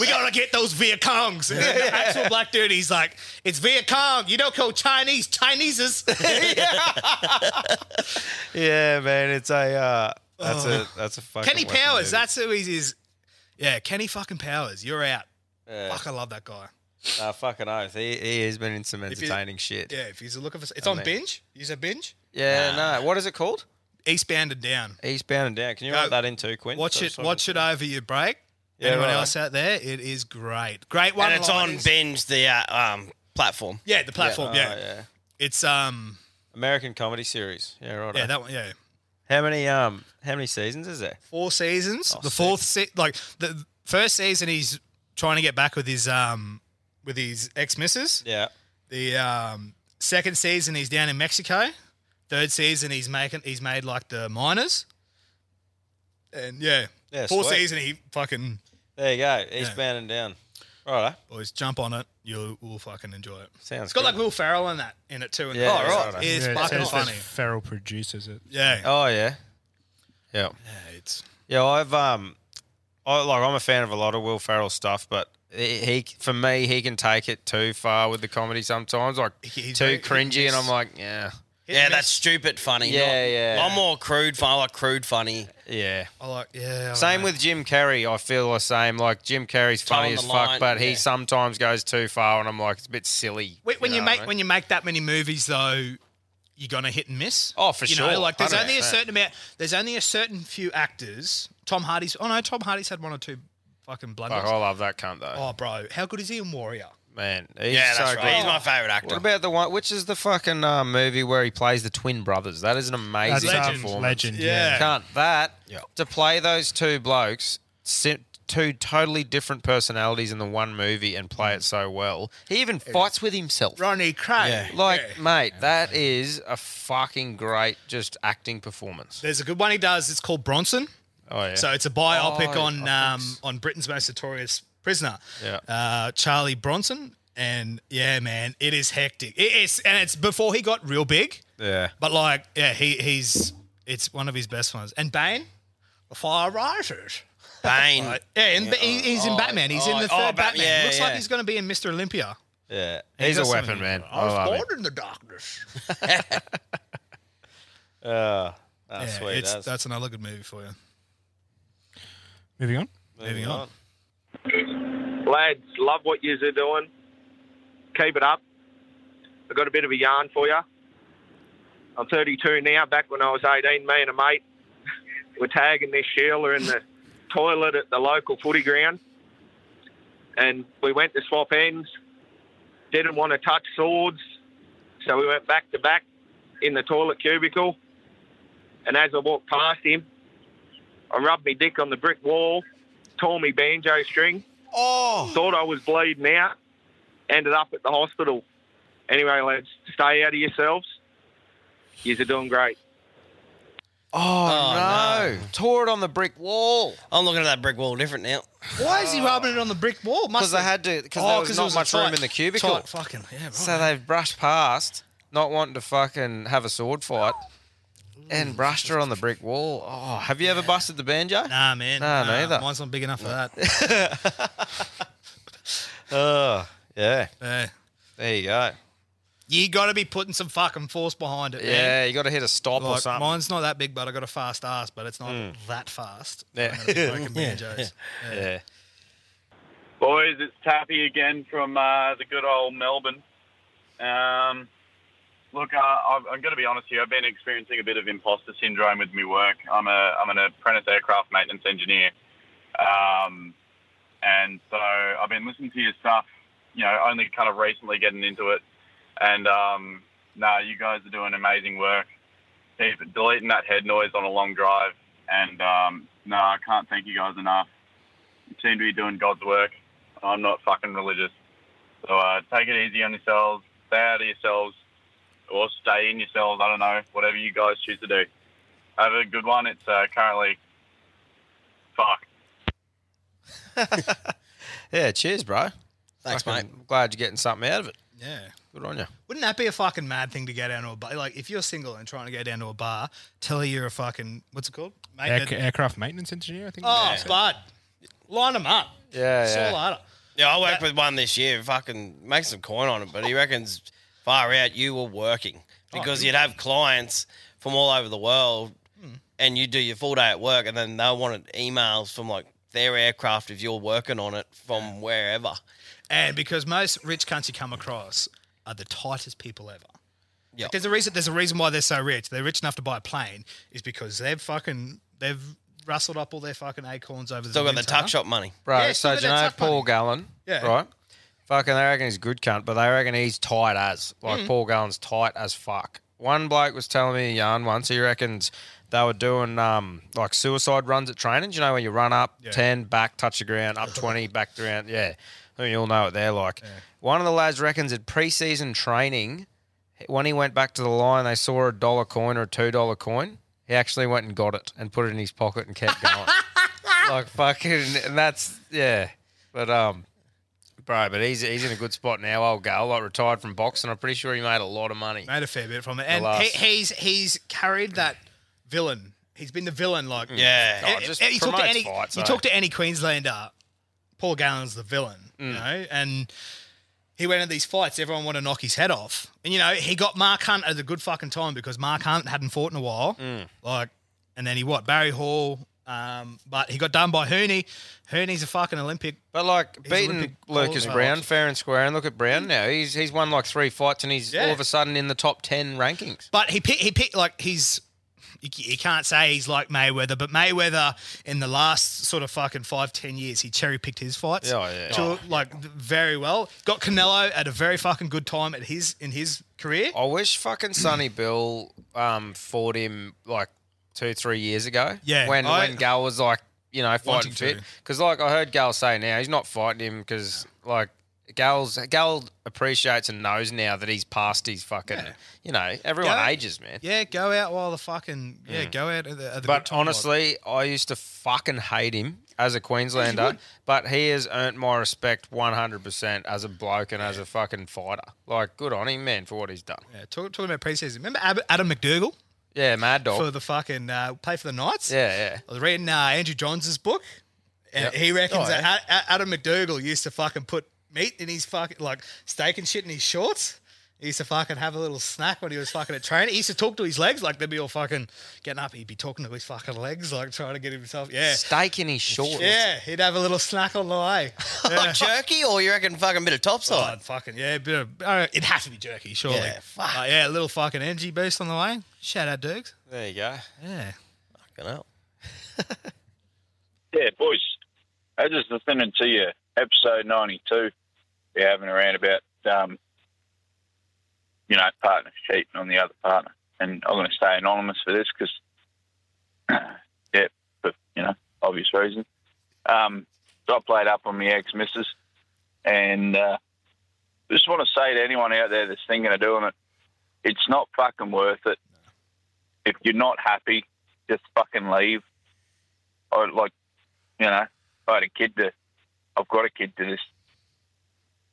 Speaker 6: we gotta get those Viet Congs. And then the actual black dude, he's like, it's Viet Cong. You don't call Chinese Chineses.
Speaker 2: yeah, man, it's a uh, that's
Speaker 6: Oh.
Speaker 2: a that's a fucking
Speaker 6: Kenny
Speaker 2: weapon
Speaker 6: Powers.
Speaker 2: movie.
Speaker 6: That's who he is. Yeah, Kenny fucking Powers. You're out. Fuck, I love that guy.
Speaker 2: Nah, Uh, fucking oath. He, he has been in some
Speaker 6: If you-
Speaker 2: entertaining shit.
Speaker 6: Yeah, if he's looking for, it's
Speaker 2: I
Speaker 6: on
Speaker 2: mean-
Speaker 6: binge. Use a binge.
Speaker 2: Yeah, no. What is it called?
Speaker 6: Eastbound and Down.
Speaker 2: Eastbound and Down. Can you
Speaker 6: Go-
Speaker 2: write that in too, Quinn?
Speaker 6: Watch
Speaker 2: So
Speaker 6: it.
Speaker 2: sort of-
Speaker 6: Watch it over your break.
Speaker 2: Yeah,
Speaker 6: Anyone
Speaker 2: right.
Speaker 6: else out there? It is great. Great one.
Speaker 1: and it's on binge the uh, um platform.
Speaker 6: Yeah, the platform. Yeah,
Speaker 2: Oh, yeah.
Speaker 6: it's um
Speaker 2: American comedy series. Yeah, right.
Speaker 6: yeah that one. Yeah,
Speaker 2: How many Oh, um how many seasons is there?
Speaker 6: four seasons. the fourth, se- like the first season, he's trying to get back with his um with his ex missus.
Speaker 2: Yeah.
Speaker 6: The um second season, he's down in Mexico. Third season, he's making he's made like the minors. And yeah,
Speaker 2: Yeah,
Speaker 6: fourth
Speaker 2: sweet.
Speaker 6: season, he fucking
Speaker 2: There you go. Eastbound and down. All right.
Speaker 6: Boys, jump on it. You will fucking enjoy it.
Speaker 2: Sounds
Speaker 6: it's got like Will Farrell in that in it too. And
Speaker 2: Yeah,
Speaker 6: oh,
Speaker 2: yeah,
Speaker 6: right.
Speaker 2: right.
Speaker 6: It's
Speaker 2: Yeah, it
Speaker 6: fucking
Speaker 2: says
Speaker 6: funny.
Speaker 7: Feral produces it.
Speaker 6: Yeah.
Speaker 2: Oh yeah. Yeah.
Speaker 6: Yeah, it's
Speaker 2: Yeah, I've um, I like I'm a fan of a lot of Will Ferrell stuff, but he, he for me he can take it too far with the comedy sometimes, like too
Speaker 1: very-
Speaker 2: cringy, and
Speaker 1: he's-
Speaker 2: I'm like, yeah,
Speaker 1: Yeah, that's stupid funny.
Speaker 2: Yeah,
Speaker 1: not-
Speaker 2: yeah.
Speaker 1: I'm more crude funny. I like crude funny.
Speaker 2: yeah.
Speaker 6: I like yeah. I
Speaker 2: Same with Jim Carrey. I feel the same. Like Jim Carrey's funny
Speaker 1: Towing
Speaker 2: as
Speaker 1: the
Speaker 2: fuck,
Speaker 1: line,
Speaker 2: but he
Speaker 1: yeah.
Speaker 2: sometimes goes too far, and I'm like, it's a bit silly.
Speaker 6: Wait, when you,
Speaker 2: know what
Speaker 6: make
Speaker 2: I mean?
Speaker 6: when you make that many movies though, you're gonna hit and miss.
Speaker 2: Oh, for
Speaker 6: you
Speaker 2: sure,
Speaker 6: Know, like there's only a
Speaker 2: 100%.
Speaker 6: certain amount. There's only a certain few actors. Tom Hardy's. Oh no, Tom Hardy's had one or two fucking blunders.
Speaker 2: Fuck, I love that cunt though.
Speaker 6: Oh, bro, how good is he in Warrior?
Speaker 2: Man, he's
Speaker 1: Yeah, that's
Speaker 2: so
Speaker 1: right.
Speaker 2: good.
Speaker 1: He's my favourite actor.
Speaker 2: What about the one? Which is the fucking uh, movie where he plays the twin brothers? That is an amazing
Speaker 7: That's, um,
Speaker 2: performance.
Speaker 7: Legend, yeah.
Speaker 2: can't that to play those two blokes, si- two totally different personalities in the one movie, and play it so well. He even fights with himself.
Speaker 6: Ronnie Craig.
Speaker 2: Like, mate, that is a fucking great just acting performance.
Speaker 6: There's a good one he does. It's called Bronson.
Speaker 2: Oh yeah.
Speaker 6: So it's a biopic
Speaker 2: Oh,
Speaker 6: on
Speaker 2: I
Speaker 6: um, on Britain's most notorious prisoner,
Speaker 2: Yeah.
Speaker 6: uh, Charlie Bronson. And yeah, man, it is hectic. It is, and it's before he got real big.
Speaker 2: Yeah.
Speaker 6: But like, yeah, he he's it's one of his best ones. And Bane, the fire rises.
Speaker 1: Bane.
Speaker 6: Like, yeah, and but he, he's in
Speaker 1: Oh,
Speaker 6: Batman. He's in
Speaker 1: oh,
Speaker 6: the third
Speaker 1: oh, Bat-
Speaker 6: Batman.
Speaker 1: yeah,
Speaker 6: Looks like
Speaker 1: yeah.
Speaker 6: he's going to be in Mr. Olympia.
Speaker 2: Yeah,
Speaker 6: He
Speaker 2: he's a
Speaker 6: does something-
Speaker 2: weapon, man. oh,
Speaker 6: I
Speaker 2: I
Speaker 6: was
Speaker 2: love
Speaker 6: born
Speaker 2: it.
Speaker 6: in the darkness.
Speaker 2: Uh,
Speaker 6: yeah,
Speaker 2: that's sweet.
Speaker 6: it's-
Speaker 2: that's-
Speaker 6: that's another good movie for you.
Speaker 7: Moving on.
Speaker 6: Moving on.
Speaker 23: Lads, love what yous are doing. Keep it up. I've got a bit of a yarn for you. I'm 32 now. Back when I was 18, me and a mate were tagging this Sheila in the toilet at the local footy ground. And we went to swap ends. Didn't want to touch swords. So we went back to back in the toilet cubicle. And as I walked past him, I rubbed my dick on the brick wall, tore my banjo string.
Speaker 6: Oh.
Speaker 23: Thought I was bleeding out. Ended up at the hospital. Anyway, lads, stay out of yourselves. Yous are doing great.
Speaker 2: Oh, no. Tore it on the brick wall.
Speaker 1: Oh, I'm looking at that brick wall different now.
Speaker 6: Why is he rubbing it on the brick wall? Must
Speaker 2: Because they
Speaker 6: have-
Speaker 2: had to. Because
Speaker 6: Oh,
Speaker 2: there was
Speaker 6: 'cause
Speaker 2: not
Speaker 6: it was a
Speaker 2: much room
Speaker 6: tight-
Speaker 2: in the cubicle.
Speaker 6: tight fucking- yeah, right.
Speaker 2: So they've brushed past, not wanting to fucking have a sword fight, and brushed her on the brick wall. Oh, have you ever busted the banjo?
Speaker 6: Nah, man.
Speaker 2: Nah,
Speaker 6: nah,
Speaker 2: neither.
Speaker 6: Mine's not big enough for that.
Speaker 2: Oh, yeah. There you go.
Speaker 6: you got to be putting some fucking force behind it. man.
Speaker 2: Yeah, you got to hit a stop or
Speaker 6: Like,
Speaker 2: something.
Speaker 6: Mine's not that big, but I got a fast ass, but it's not
Speaker 2: Mm.
Speaker 6: that fast.
Speaker 2: yeah.
Speaker 6: I'm gonna be breaking banjos.
Speaker 2: yeah. yeah.
Speaker 3: Boys, it's Tappy again from uh, the good old Melbourne. Um, look, uh, I've- I'm going to be honest here. I've been experiencing a bit of imposter syndrome with my work. I'm a I'm an apprentice aircraft maintenance engineer, um, and so I've been listening to your stuff. You know, only kind of recently getting into it, and um, no, you guys are doing amazing work. Keep deleting that head noise on a long drive, and um, no, I can't thank you guys enough. You seem to be doing God's work. I'm not fucking religious. So uh, take it easy on yourselves. Stay out of yourselves or stay in yourselves. I don't know. Whatever you guys choose to do. Have a good one. It's uh, currently. Fuck.
Speaker 2: cheers, bro.
Speaker 1: Thanks,
Speaker 2: Fucking Glad you're getting something out of it.
Speaker 6: Yeah.
Speaker 2: Good on you.
Speaker 6: Wouldn't that be a fucking mad thing to go down to a bar? Like, if you're single and trying to go down to a bar, tell her you're a fucking, what's it called?
Speaker 7: Air-
Speaker 6: Maintenance-
Speaker 7: aircraft maintenance engineer, I think.
Speaker 6: oh,
Speaker 7: Yeah.
Speaker 6: bud. Line them up.
Speaker 2: Yeah,
Speaker 1: yeah.
Speaker 6: all harder.
Speaker 1: Yeah, I worked with one this year. Fucking make some coin on it, but he reckons far out you were working
Speaker 6: Oh,
Speaker 1: because you'd have clients from all over the world,
Speaker 6: Hmm.
Speaker 1: and you do your full day at work, and then they wanted emails from like their aircraft if you're working on it from wherever.
Speaker 6: And because most rich cunts you come across are the tightest people ever.
Speaker 1: Yeah.
Speaker 6: Like, there's a reason. There's a reason why they're so rich. They're rich enough to buy a plane, is because they've fucking they've rustled up all their fucking acorns over
Speaker 1: Still
Speaker 6: the.
Speaker 1: got the
Speaker 6: winter.
Speaker 1: tuck shop money.
Speaker 2: Bro,
Speaker 6: Yeah,
Speaker 2: so do
Speaker 6: still got
Speaker 2: you
Speaker 6: that
Speaker 2: know
Speaker 6: tuck
Speaker 2: Paul Gallen?
Speaker 6: Yeah.
Speaker 2: Right? Fucking, they reckon he's a good cunt, but they reckon he's tight as. Like,
Speaker 6: Mm.
Speaker 2: Paul Gallen's tight as fuck. One bloke was telling me a yarn once. He reckons They were doing um, like suicide runs at training. Do you know where you run up
Speaker 4: Yeah.
Speaker 2: ten, back, touch the ground, up twenty, back the ground? Yeah, I mean, you all know what they're like. One of the lads reckons at preseason training, when he went back to the line, they saw a dollar coin or a two dollar coin. He actually went and got it and put it in his pocket and kept going. like fucking, and that's yeah. But um, bro, but he's he's in a good spot now. Old Gal, like retired from boxing, I'm pretty sure he made a lot of money.
Speaker 6: Made a fair bit from it,
Speaker 2: The
Speaker 6: and he,
Speaker 2: last-
Speaker 6: he's he's carried that villain. He's been the villain, like
Speaker 1: Mm.
Speaker 2: Yeah. Oh,
Speaker 6: Eh,
Speaker 2: just
Speaker 6: eh, you talk to
Speaker 2: promotes
Speaker 6: any
Speaker 2: fights,
Speaker 6: you
Speaker 2: eh?
Speaker 6: talk to any Queenslander, Paul Gallen's the villain, you
Speaker 2: Mm.
Speaker 6: know, and he went in these fights. Everyone wanted to knock his head off, and you know he got Mark Hunt at a good fucking time because Mark Hunt hadn't fought in a while,
Speaker 2: Mm.
Speaker 6: like, and then he what Barry Hall. Um, but he got done by Hooney. Hooney's a fucking Olympic.
Speaker 2: But like
Speaker 6: he's
Speaker 2: beating
Speaker 6: Olympic
Speaker 2: Lucas
Speaker 6: qualifier.
Speaker 2: Brown fair and square, and look at Brown now. He's he's won like three fights, and he's
Speaker 6: Yeah.
Speaker 2: all of a sudden in the top ten rankings.
Speaker 6: But he picked, he picked like he's you, c- you can't say he's like Mayweather, but Mayweather in the last sort of fucking five ten years he cherry picked his fights.
Speaker 2: Yeah, yeah.
Speaker 6: to,
Speaker 2: Oh,
Speaker 6: like very well. Got Canelo at a very fucking good time at his in his career.
Speaker 2: I wish fucking Sonny Bill um, fought him like two, three years ago.
Speaker 6: Yeah,
Speaker 2: When
Speaker 6: I-
Speaker 2: when Gal was like, you know, fighting
Speaker 6: Wanting
Speaker 2: fit.
Speaker 6: to.
Speaker 2: Because like I heard Gal say now, he's not fighting him because like Gal's Gal appreciates and knows now that he's past his fucking. You know, everyone
Speaker 6: Go-
Speaker 2: ages, man.
Speaker 6: Yeah, go out while the fucking yeah
Speaker 2: Mm.
Speaker 6: go out at the, at the good
Speaker 2: But
Speaker 6: time, like-
Speaker 2: honestly, I used to fucking hate him as a Queenslander, but he has earned my respect 100% as a bloke and as a fucking fighter. Like, good on him, man, for what he's done.
Speaker 6: yeah, talk, talking about preseason. Remember Ab- Adam McDougall
Speaker 2: Yeah, Mad Dog.
Speaker 6: for the fucking uh, play for the Knights?
Speaker 2: yeah,
Speaker 6: I was reading uh, Andrew Johns' book, and
Speaker 2: Yep.
Speaker 6: he reckons
Speaker 2: Oh, yeah.
Speaker 6: that A- A- Adam McDougall used to fucking put meat in his fucking like steak and shit in his shorts. He used to fucking have a little snack when he was fucking at training. He used to talk to his legs like they'd be all fucking getting up. He'd be talking to his fucking legs like trying to get himself yeah
Speaker 2: steak in his shorts. Oh,
Speaker 6: Yeah, he'd have a little snack on the way. Yeah.
Speaker 1: Like jerky, or you reckon fucking bit of topside?
Speaker 6: Oh, fucking yeah, bit of uh, it'd have to be jerky, surely.
Speaker 1: Yeah, fuck.
Speaker 6: Like, yeah, a little fucking energy boost on the way. Shout out, Dirks.
Speaker 2: There you go.
Speaker 6: Yeah.
Speaker 1: Fucking hell.
Speaker 5: Yeah, boys. I was just listening to you, episode 92. You're having around about, um, you know, partner cheating on the other partner. And I'm going to stay anonymous for this because, yeah, for, you know, obvious reasons. Um, so I played up on my ex missus. And uh, just want to say to anyone out there that's thinking of doing it, it's not fucking worth it. If you're not happy, just fucking leave. I like, you know, I had a kid to, I've got a kid to this,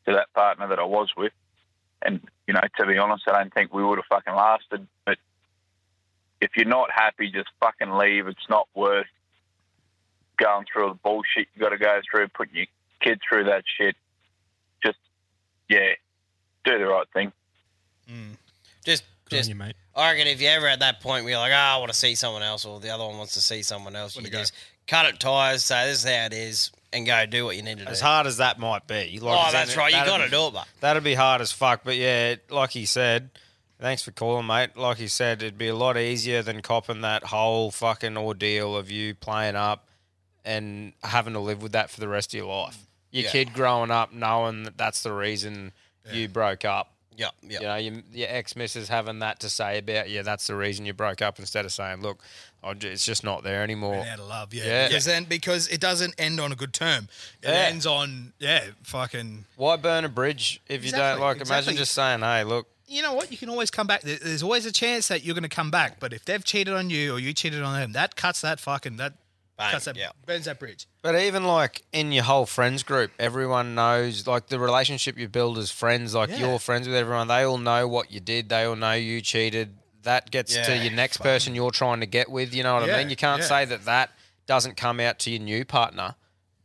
Speaker 5: to that partner that I was with, and you know, to be honest, I don't think we would have fucking lasted. But if you're not happy, just fucking leave. It's not worth going through the bullshit you got to go through, putting your kid through that shit. Just, yeah, do the right thing.
Speaker 1: Just, just. I reckon if you're ever at that point where you're like, oh, I want to see someone else, or the other one wants to see someone else, you just cut it ties, say this is how it is, and go do what you need to
Speaker 2: As
Speaker 1: do.
Speaker 2: hard as that might be.
Speaker 1: Oh, that's right, you
Speaker 2: that'd
Speaker 1: gotta
Speaker 2: be-
Speaker 1: do it, mate.
Speaker 2: That'd be hard as fuck. But yeah, like he said, thanks for calling, mate. Like he said, it'd be a lot easier than copping that whole fucking ordeal of you playing up and having to live with that for the rest of your life. Your
Speaker 1: Yeah.
Speaker 2: kid growing up knowing that that's the reason you broke up.
Speaker 1: Yeah, yeah.
Speaker 2: You know, your, your ex missus having that to say about you, that's the reason you broke up instead of saying, look, I ju- it's just not there anymore.
Speaker 6: Ran out of love, yeah.
Speaker 2: Yeah.
Speaker 6: Because then because it doesn't end on a good term. It
Speaker 2: Yeah.
Speaker 6: ends on yeah, fucking
Speaker 2: Why burn a bridge if you don't
Speaker 6: Exactly,
Speaker 2: like? Imagine
Speaker 6: exactly.
Speaker 2: just saying, "Hey, look,
Speaker 6: you know what? You can always come back. There- There's always a chance that you're going to come back. But if they've cheated on you or you cheated on them, that cuts that fucking that cuts that burns that bridge.
Speaker 2: But even like in your whole friends group, everyone knows like the relationship you build as friends, like
Speaker 1: Yeah.
Speaker 2: you're friends with everyone, they all know what you did, they all know you cheated. That gets to
Speaker 1: Yeah,
Speaker 2: your next person you're trying to get with, you know what I
Speaker 1: Yeah,
Speaker 2: mean? You can't
Speaker 1: yeah.
Speaker 2: say that that doesn't come out to your new partner.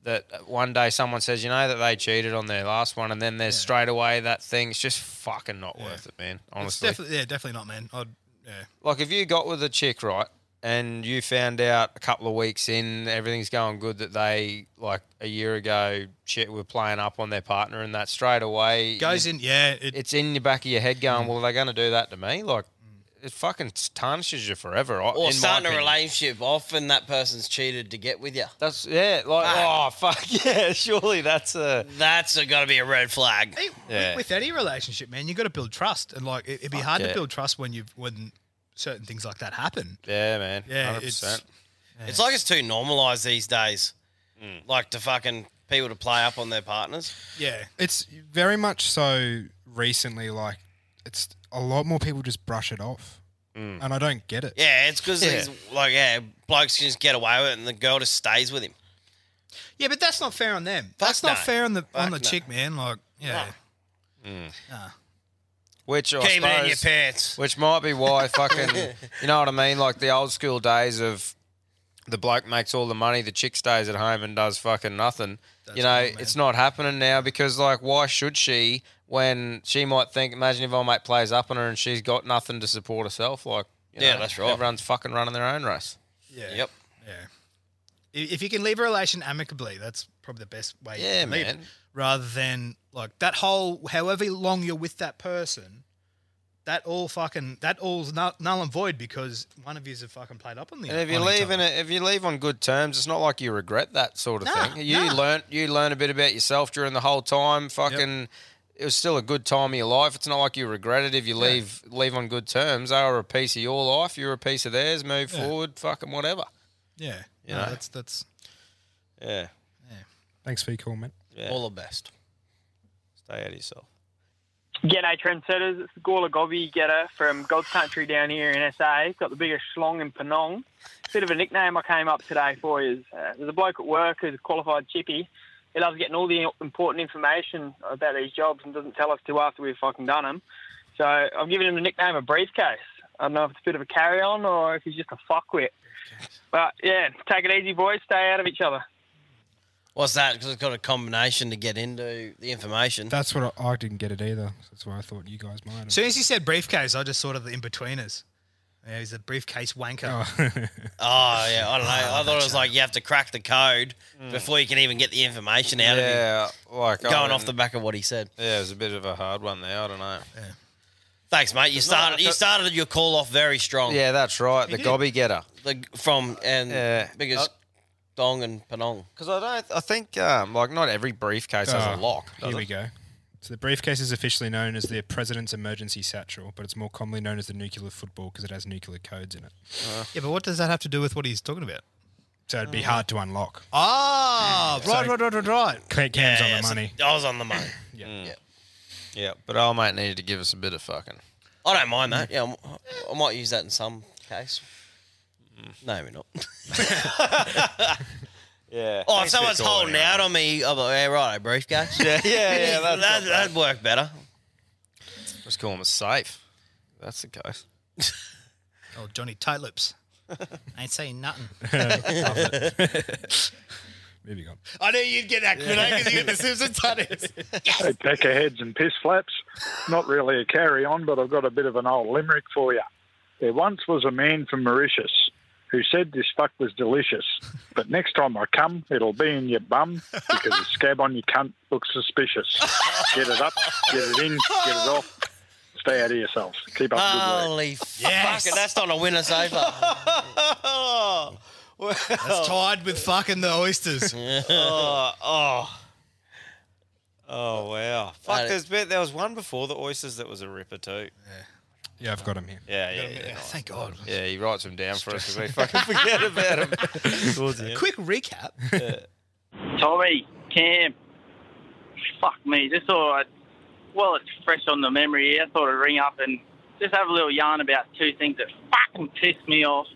Speaker 2: That one day someone says, you know, that they cheated on their last one, and then there's straight away that thing. It's just fucking not worth it, man. Honestly,
Speaker 6: it's definitely yeah, definitely not, man. I'd, yeah,
Speaker 2: like if you got with a chick, right, and you found out a couple of weeks in everything's going good that they like a year ago shit were playing up on their partner and that straight away
Speaker 6: Goes in- yeah, Mm.
Speaker 2: it's in your back of your head going, well, they're going to do that to me, like it fucking tarnishes you forever. I- in
Speaker 1: Or
Speaker 2: my
Speaker 1: starting a
Speaker 2: opinion.
Speaker 1: relationship, often that person's cheated to get with you.
Speaker 2: That's yeah, like oh fuck yeah, surely that's a
Speaker 1: that's got to be a red flag.
Speaker 6: With, with any relationship, man, you got to build trust, and like it, would be hard
Speaker 1: yeah.
Speaker 6: to build trust when you've when certain things like that happen.
Speaker 2: Yeah, man. 100%.
Speaker 6: Yeah, it's-
Speaker 1: It's like it's too normalized these days.
Speaker 2: Hmm.
Speaker 1: Like to fucking people to play up on their partners.
Speaker 6: Yeah.
Speaker 7: It's very much so recently, like, it's a lot more people just brush it off.
Speaker 2: Mm.
Speaker 7: Mm. And I don't get it.
Speaker 1: Yeah, it's because
Speaker 7: Yeah.
Speaker 1: these like yeah, blokes can just get away with it and the girl just stays with him.
Speaker 6: Yeah, but that's not fair on them. that's
Speaker 1: no.
Speaker 6: not fair on the on the
Speaker 1: Fuck no.
Speaker 6: chick, man. Like, yeah,
Speaker 7: Mm.
Speaker 6: Nah.
Speaker 2: Which I
Speaker 1: Keep it in
Speaker 2: suppose-
Speaker 1: your pants.
Speaker 2: Which might be why fucking, you know what I mean? Like the old school days of the bloke makes all the money, the chick stays at home and does fucking nothing. you know, it's not happening now because like, why should she? When she might think, imagine if old mate plays up on her and she's got nothing to support herself. Like, you
Speaker 1: Yeah,
Speaker 2: know,
Speaker 1: that's right.
Speaker 2: Everyone's fucking running their own race.
Speaker 6: yeah,
Speaker 1: Yep.
Speaker 6: yeah. I- If you can leave a relation amicably, that's probably the best way.
Speaker 2: Yeah,
Speaker 6: to leave it.
Speaker 2: man.
Speaker 6: Rather than like that whole however long you're with that person, that all fucking that all's null, null and void because one of you's have fucking played up on the.
Speaker 2: And if you
Speaker 6: on each
Speaker 2: leave in a, if you leave on good terms, it's not like you regret that sort of
Speaker 6: Nah,
Speaker 2: thing. You
Speaker 6: nah.
Speaker 2: learnt you learn a bit about yourself during the whole time. Fucking, it was still a good time of your life. It's not like you regret it if you
Speaker 6: Yeah.
Speaker 2: leave leave on good terms. They were a piece of your life. You're a piece of theirs. Move
Speaker 6: Yeah.
Speaker 2: forward. Fucking whatever.
Speaker 6: Yeah,
Speaker 2: You
Speaker 6: No,
Speaker 2: know?
Speaker 6: that's that's
Speaker 2: Yeah.
Speaker 7: Thanks for your call, mate.
Speaker 2: yeah. All the best. Stay out of yourself.
Speaker 4: G'day, trendsetters. It's Gawler Gobby Getter from God's Country down here in SA. It's got the biggest schlong in Penong. Bit of a nickname I came up today for is uh, there's a bloke at work who's a qualified chippy. He loves getting all the important information about these jobs and doesn't tell us to after we've fucking done them. So I've given him the nickname of Briefcase. I don't know if it's a bit of a carry on or if he's just a fuckwit. But yeah, take it easy, boys. Stay out of each other.
Speaker 1: What's that? Because it's got a combination to get into the
Speaker 2: Mm.
Speaker 1: information.
Speaker 7: That's what I, I didn't get it either. That's why I thought you guys might.
Speaker 6: As soon as you said briefcase, I just thought of the in betweeners. Yeah, he's a briefcase wanker.
Speaker 1: Oh yeah, I don't know.
Speaker 6: Oh,
Speaker 1: I thought it was
Speaker 6: gotcha.
Speaker 1: like you have to crack the code
Speaker 6: Mm.
Speaker 1: before you can even get the information out
Speaker 2: Yeah,
Speaker 1: of him.
Speaker 2: like I
Speaker 1: going off
Speaker 2: wouldn't-
Speaker 1: the back of what he said.
Speaker 2: Yeah, it was a bit of a hard one there. I don't know.
Speaker 6: Yeah.
Speaker 1: Thanks, mate. You started. You started your call off very strong.
Speaker 2: Yeah, that's right. the
Speaker 1: did.
Speaker 2: gobby getter.
Speaker 1: The, from and
Speaker 2: Yeah.
Speaker 1: biggest
Speaker 2: Uh,
Speaker 1: dong and panong.
Speaker 2: Because I don't. I think um, like not every briefcase has a
Speaker 7: Oh,
Speaker 2: lock. does
Speaker 7: Here we
Speaker 2: it?
Speaker 7: go. So the briefcase is officially known as the President's Emergency Satchel, but it's more commonly known as the nuclear football because it has nuclear codes in it.
Speaker 6: yeah, but what does that have to do with what he's talking about?
Speaker 7: So
Speaker 6: Mm.
Speaker 7: it'd be hard to unlock.
Speaker 6: Ah,
Speaker 7: Yeah.
Speaker 6: right,
Speaker 7: So-
Speaker 6: right, right, right, right.
Speaker 7: Cam- Cam's on the
Speaker 1: so
Speaker 7: money.
Speaker 1: I was on the money.
Speaker 7: yeah.
Speaker 1: yeah.
Speaker 2: Yeah, but old mate needed to give us a bit of fucking.
Speaker 1: I don't mind that. Yeah, I'm- I might use that in some case. No, we're not.
Speaker 2: Yeah.
Speaker 1: Oh, if someone's holding out on me, I'm like, yeah, right, briefcase.
Speaker 2: Yeah, yeah, yeah, that's
Speaker 1: that,
Speaker 2: not
Speaker 1: that'd work better.
Speaker 2: Let's call him a safe. That's the case.
Speaker 6: Oh, Johnny Tight Lips. I ain't saying nothing.
Speaker 7: Moving on.
Speaker 6: I knew you'd get that, Quinn, because you get the Simpsons tattoos.
Speaker 9: Hey, pecker heads and piss flaps. Not really a carry on, but I've got a bit of an old limerick for you. There once was a man from Mauritius who said this fuck was delicious, but next time I come, it'll be in your bum because the scab on your cunt looks suspicious. Get it up, get it in, get it off. Stay out of yourselves. Keep up the good work.
Speaker 1: Holy fuck, that's not a winner so far.
Speaker 6: That's tied with fucking the oysters.
Speaker 2: oh, oh. Oh, wow. Fuck, there's been, there was one before the oysters that was a ripper, too.
Speaker 7: Yeah, I've got him here.
Speaker 2: Yeah, yeah, yeah. nice.
Speaker 6: Thank God.
Speaker 2: Yeah, he writes them down for us because we fucking forget about them. Towards the end.
Speaker 6: Quick recap.
Speaker 4: Tommy, Cam, fuck me. Just thought, I'd, well, it's fresh on the memory here. Thought I'd ring up and just have a little yarn about two things that fucking pissed me off.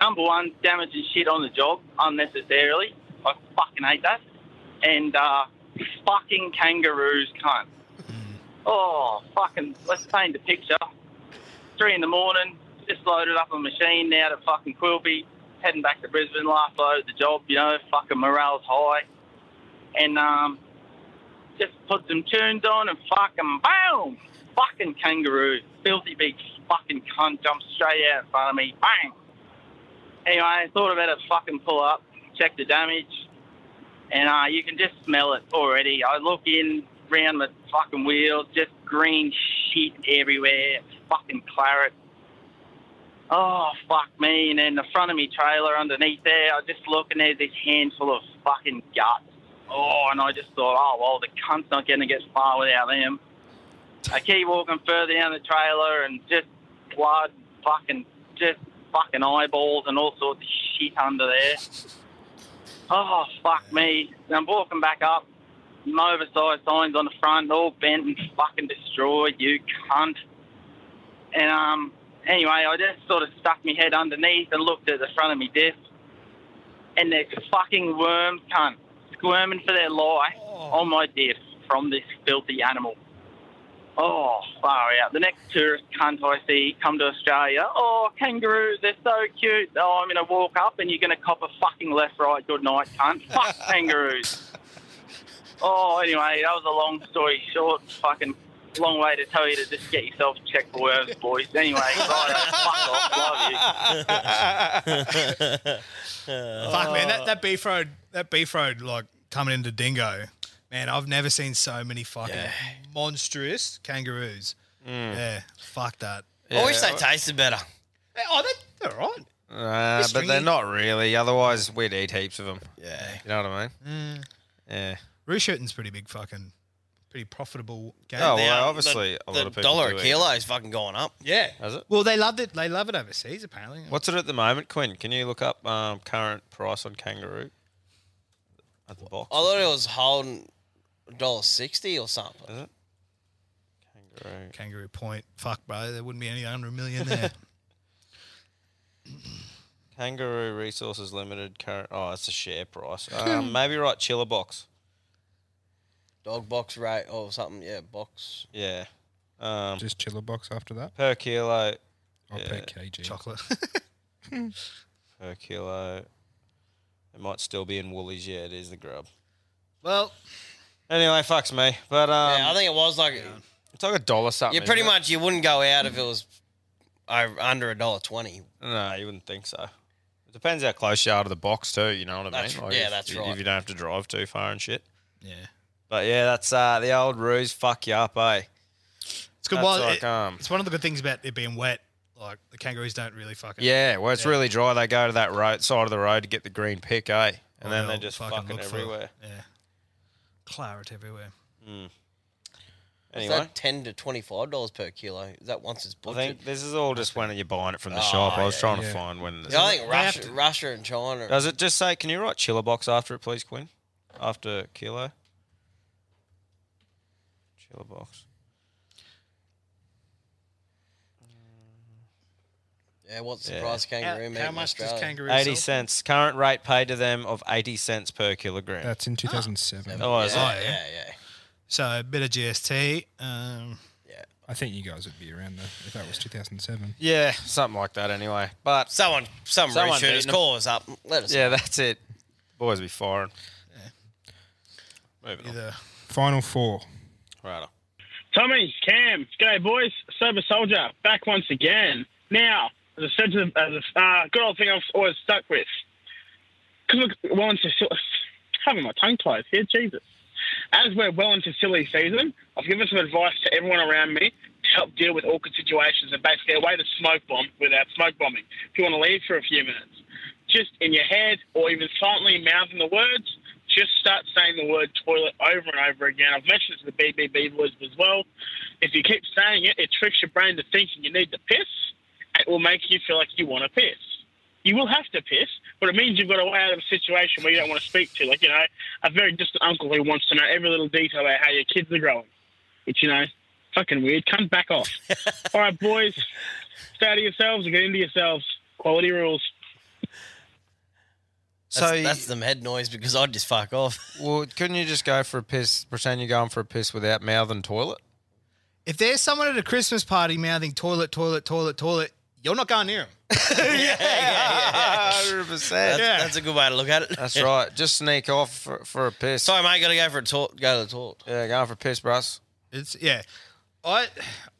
Speaker 4: Number one, damaging shit on the job unnecessarily. I fucking hate that. And uh, fucking kangaroos, cunt. Oh, fucking, let's paint the picture. Three in the morning, just loaded up a machine now to fucking Quilby, heading back to Brisbane, last load at the job, you know, fucking morale's high. And um, just put some tunes on and fucking boom! Fucking kangaroo, filthy big fucking cunt jumped straight out in front of me, bang! Anyway, I thought about it, fucking pull up, check the damage, and uh, you can just smell it already. I look in round the fucking wheels, just green shit everywhere, fucking claret. Oh fuck me! And then the front of me trailer underneath there, I just look and there's this handful of fucking guts. Oh, and I just thought, oh well, the cunt's not gonna get far without them. I keep walking further down the trailer and just blood, fucking just fucking eyeballs and all sorts of shit under there. Oh fuck me! And I'm walking back up. some Oversized signs on the front, all bent and fucking destroyed. You cunt. And um, anyway, I just sort of stuck my head underneath and looked at the front of me desk, and there's fucking worms, cunt, squirming for their life on my desk from this filthy animal. Oh, far out. The next tourist cunt I see come to Australia, oh, kangaroos, they're so cute. Oh, I'm going to walk up and you're going to cop a fucking left, right, good night, cunt. Fuck kangaroos. Oh, anyway, that was a long story short. Fucking long way to tell you to just get yourself checked for worms, boys. Anyway, right, fuck off. Love you.
Speaker 6: Fuck
Speaker 2: Oh.
Speaker 6: man, that, that beef road that beef road like coming into Dingo, man, I've never seen so many fucking monstrous kangaroos.
Speaker 2: Mm.
Speaker 6: Yeah, fuck that.
Speaker 2: I wish they
Speaker 6: tasted better. Oh, they- they're all right.
Speaker 2: Uh, but they're
Speaker 6: stringy.
Speaker 2: not really. Otherwise, we'd eat heaps of them. Yeah. You know what I mean?
Speaker 6: Mm.
Speaker 2: Yeah.
Speaker 6: Roo shooting's pretty big, fucking, pretty profitable game.
Speaker 2: Oh, well, obviously, a lot of people.
Speaker 1: dollar a
Speaker 2: do eat
Speaker 1: kilo
Speaker 2: it.
Speaker 1: is fucking going up.
Speaker 6: Yeah.
Speaker 2: Has it?
Speaker 6: Well, they loved it. They love it overseas, apparently.
Speaker 2: What's it at the moment, Quinn? Can you look up um, current price on kangaroo at the box?
Speaker 1: I thought it was holding dollar sixty or something.
Speaker 2: Is it?
Speaker 6: Kangaroo.
Speaker 2: Mm.
Speaker 6: point. Fuck, bro. There wouldn't be any hundred million there.
Speaker 2: Kangaroo Resources Limited current. Oh, it's a share price. Um, maybe right, chiller box.
Speaker 1: Dog box rate or something. Yeah, box.
Speaker 2: Yeah. Um,
Speaker 7: Just chiller box after that.
Speaker 2: per kilo.
Speaker 7: Oh, per kg. Chocolate.
Speaker 2: per kilo. It might still be in Woolies. Yeah, it is the grub.
Speaker 6: Well.
Speaker 2: Anyway, fucks me. But um,
Speaker 1: yeah, I think it was like
Speaker 2: it's like a dollar something.
Speaker 1: you pretty
Speaker 2: isn't it?
Speaker 1: much you wouldn't go out if it was over, under a dollar twenty.
Speaker 2: No, you wouldn't think so. It depends how close you are to the box too. You know what I
Speaker 1: That's-
Speaker 2: mean?
Speaker 1: yeah,
Speaker 2: if-
Speaker 1: that's right.
Speaker 2: If you don't have to drive too far and shit.
Speaker 6: Yeah.
Speaker 2: But yeah, that's uh, the old ruse. Fuck you up, eh?
Speaker 6: It's good.
Speaker 2: That's
Speaker 6: Well,
Speaker 2: like,
Speaker 6: it-
Speaker 2: um,
Speaker 6: it's one of the good things about it being wet. Like the kangaroos don't really fucking.
Speaker 2: yeah, well, it's really dry. They go to that road side of the road to get the green pick, eh? And then
Speaker 6: Well,
Speaker 2: they're just
Speaker 6: fucking
Speaker 2: fucking,
Speaker 6: look for it.
Speaker 2: everywhere.
Speaker 6: Yeah. Claret everywhere.
Speaker 2: Mm.
Speaker 1: Is
Speaker 2: Anyway,
Speaker 1: that ten to twenty five dollars per kilo? Is that once it's
Speaker 2: I
Speaker 1: butchered?
Speaker 2: think this is all just when you're buying it from the
Speaker 1: Oh,
Speaker 2: shop. I was
Speaker 1: yeah,
Speaker 2: trying
Speaker 1: yeah.
Speaker 2: to find when. This
Speaker 1: Yeah, I think
Speaker 2: They have
Speaker 1: Russia, Russia and China.
Speaker 2: Does it just say? Can you write chiller box after it, please, Quinn? After kilo. Chiller box.
Speaker 1: Yeah, what's the
Speaker 2: Yeah.
Speaker 1: price of kangaroo
Speaker 6: How-
Speaker 1: meat
Speaker 6: how
Speaker 1: in
Speaker 6: much does
Speaker 1: Australia?
Speaker 6: kangaroo
Speaker 2: Eighty cents. Current rate paid to them of eighty cents per kilogram.
Speaker 7: That's in 2007.
Speaker 2: Oh, is
Speaker 6: Yeah,
Speaker 2: it?
Speaker 6: yeah,
Speaker 1: yeah.
Speaker 6: So a bit of GST. Um,
Speaker 1: yeah.
Speaker 7: I think you guys would be around there if that was 2007.
Speaker 2: Yeah, something like that. Anyway, but
Speaker 1: someone, some
Speaker 7: road shooters, call
Speaker 1: us up. Let us
Speaker 2: Yeah,
Speaker 1: know.
Speaker 2: that's it. Boys be firing. Moving on.
Speaker 7: Final four.
Speaker 2: Right.
Speaker 25: Tommy, Cam, g'day boys, sober soldier, back once again. Now, as I said to the as a, uh, good old thing I've always stuck with. Cause look, well into sil- having my tongue tied here, Jesus. As we're well into silly season, I've given some advice to everyone around me to help deal with awkward situations and basically a way to smoke bomb without smoke bombing. If you want to leave for a few minutes, just in your head or even silently mouthing the words, just start saying the word toilet over and over again. I've mentioned it to the BBB boys as well. If you keep saying it, it tricks your brain to thinking you need to piss. and It will make you feel like you want to piss. You will have to piss, but it means you've got a way out of a situation where you don't want to speak to, like, you know, a very distant uncle who wants to know every little detail about how your kids are growing. It's, you know, fucking weird. Come back off. All right, boys, stay out of yourselves and get into yourselves. Quality rules.
Speaker 1: That's, that's the head noise because I'd just fuck off.
Speaker 2: Well, couldn't you just go for a piss? Pretend you're going for a piss without mouth and toilet.
Speaker 6: if there's someone at a Christmas party mouthing toilet, toilet, toilet, toilet, you're not going near them.
Speaker 2: Hundred percent.
Speaker 1: That's- that's a good way to look at it.
Speaker 2: That's right. Just sneak off for, for a piss.
Speaker 1: Sorry, mate. Got to go for a talk. Go to the toilet.
Speaker 2: Yeah, going for a piss, bros.
Speaker 6: It's yeah. I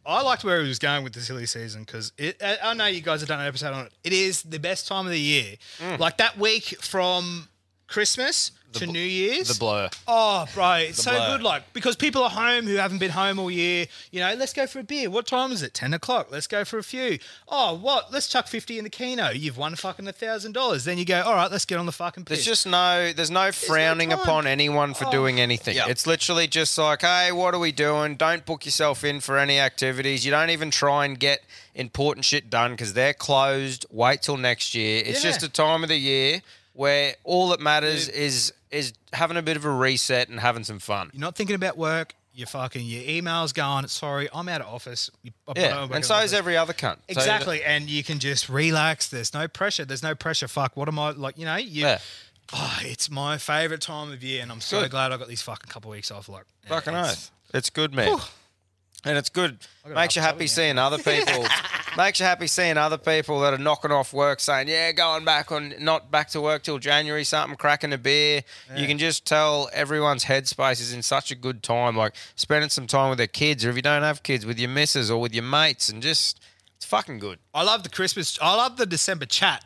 Speaker 6: I liked where he was going with the silly season because it. I, I know you guys have done an episode on it. It is the best time of the year. Like that week from Christmas to New Year's.
Speaker 2: Mm. The blur.
Speaker 6: Oh, bro, it's
Speaker 2: The
Speaker 6: so
Speaker 2: blur.
Speaker 6: good. Like because people are home who haven't been home all year. You know, let's go for a beer. What time is it? Ten o'clock. Let's go for a few. Oh, what? Let's chuck fifty in the keno. You've won fucking a thousand dollars. Then you go. All right, let's get on the fucking.
Speaker 2: There's
Speaker 6: piss."
Speaker 2: just no there's no frowning
Speaker 6: time.
Speaker 2: upon anyone for
Speaker 6: Oh.
Speaker 2: doing anything.
Speaker 6: Yeah.
Speaker 2: It's literally just like, hey, what are we doing? Don't book yourself in for any activities. You don't even try and get important shit done because they're closed. Wait till next year. It's
Speaker 1: Yeah.
Speaker 2: just a time of the year where all that matters is is having a bit of a reset and having some fun.
Speaker 6: You're not thinking about work. You're fucking your emails going. Sorry, I'm out of office. You- I'm out
Speaker 2: Yeah,
Speaker 6: of
Speaker 2: and
Speaker 6: office.
Speaker 2: so is every other cunt. So-
Speaker 6: Exactly, and you can just relax. There's no pressure. There's no pressure. Fuck. What am I like? You know, you.
Speaker 2: Yeah.
Speaker 6: Oh, it's my favorite time of year, and I'm so
Speaker 2: Good.
Speaker 6: glad I got these fucking couple weeks off. Like, yeah,
Speaker 2: Fucking
Speaker 6: it's-
Speaker 2: oath. It's good, man. And it's good.
Speaker 6: got
Speaker 2: Makes you happy seeing other people. makes you happy seeing other people that are knocking off work, saying, "Yeah, going back on, not back to work till January." Something cracking a beer. You can just tell everyone's headspace is in such a good time. Like spending some time with their kids, or if you don't have kids, with your missus or with your mates, and just it's fucking good.
Speaker 6: I love the Christmas. I love the December chat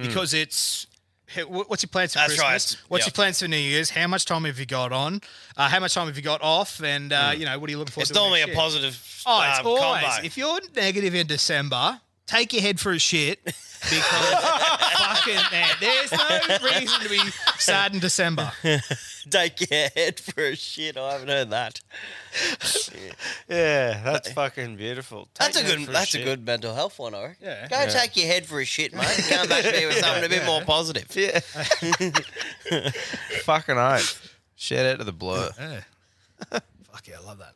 Speaker 6: because it's. hey, wh- What's your plans for
Speaker 1: Mm. That's right.
Speaker 6: Christmas? What's
Speaker 1: Yeah.
Speaker 6: your plans for New Year's? How much time have you got on? Uh, how much time have you got off? And uh, you know, what are you looking for?
Speaker 1: Mm. It's normally a positive.
Speaker 6: Oh, it's
Speaker 1: um,
Speaker 6: always.
Speaker 1: combo.
Speaker 6: If you're negative in December, take your head for a shit because fucking man, there's no reason to be sad in December.
Speaker 1: Take your head for a shit. I haven't heard that.
Speaker 2: yeah, that's fucking beautiful.
Speaker 1: That's a good. that's a good mental health one, I reckon.
Speaker 2: Yeah.
Speaker 1: Go
Speaker 2: Yeah.
Speaker 1: take your head for a shit, mate. Come back here with something a bit
Speaker 2: Yeah.
Speaker 1: more positive.
Speaker 2: Yeah. fucking oath. Shout out to the blur.
Speaker 6: Fuck yeah, I love that.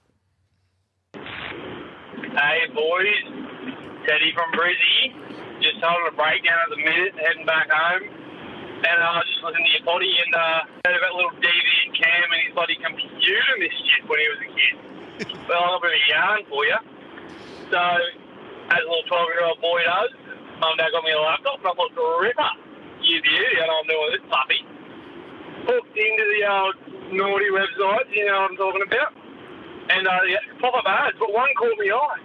Speaker 13: Hey boys, Teddy from Brizzy. Just holding a breakdown at the minute, heading back home. And I was just listening to your potty and uh, heard about little DV and Cam and his bloody computer and this shit when he was a kid. well, I'll bit of yarn for you. So, as a little 12 year old boy does, mum and dad got me a laptop and I thought, ripper, you beauty, and I'm doing this puppy. Hooked into the old naughty websites, you know what I'm talking about and uh, yeah, pop up ads, but one caught me eye.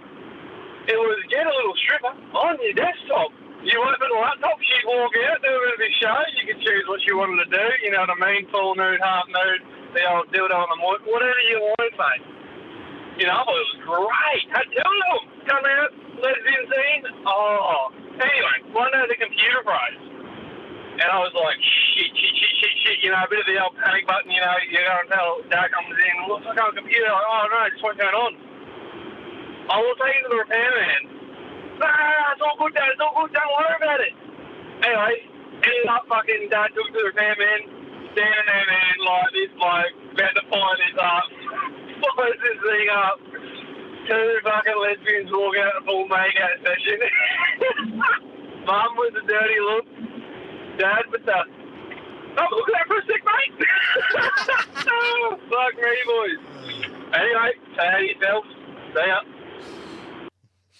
Speaker 13: It was get a little stripper on your desktop. You open the laptop, she'd walk out, do a bit of a show, you could choose what she wanted to do, you know what I mean? Full nude, half nude, the old dildo on the mo- whatever you wanted, mate. You know, it was great. I tell them, come out, lesbian scene. Oh, anyway, one day the computer froze. And I was like, shit, shit, shit, shit, shit, you know, a bit of the old panic button, you know, you go and tell dad comes in, looks like on computer, like, oh no, it just won't turn on. I will take it to the repairman. Nah, nah, it's all good, dad, it's all good, don't worry about it. Anyway, ended up fucking dad took it to the repairman, standing there, man, like this bloke, about to fire this up, fires this thing up. Two fucking lesbians walk out of a full makeout session. Mum with a dirty look, dad with the Oh, look at that for a sec, mate. oh, fuck me, boys. Anyway, say how yourself. Stay up.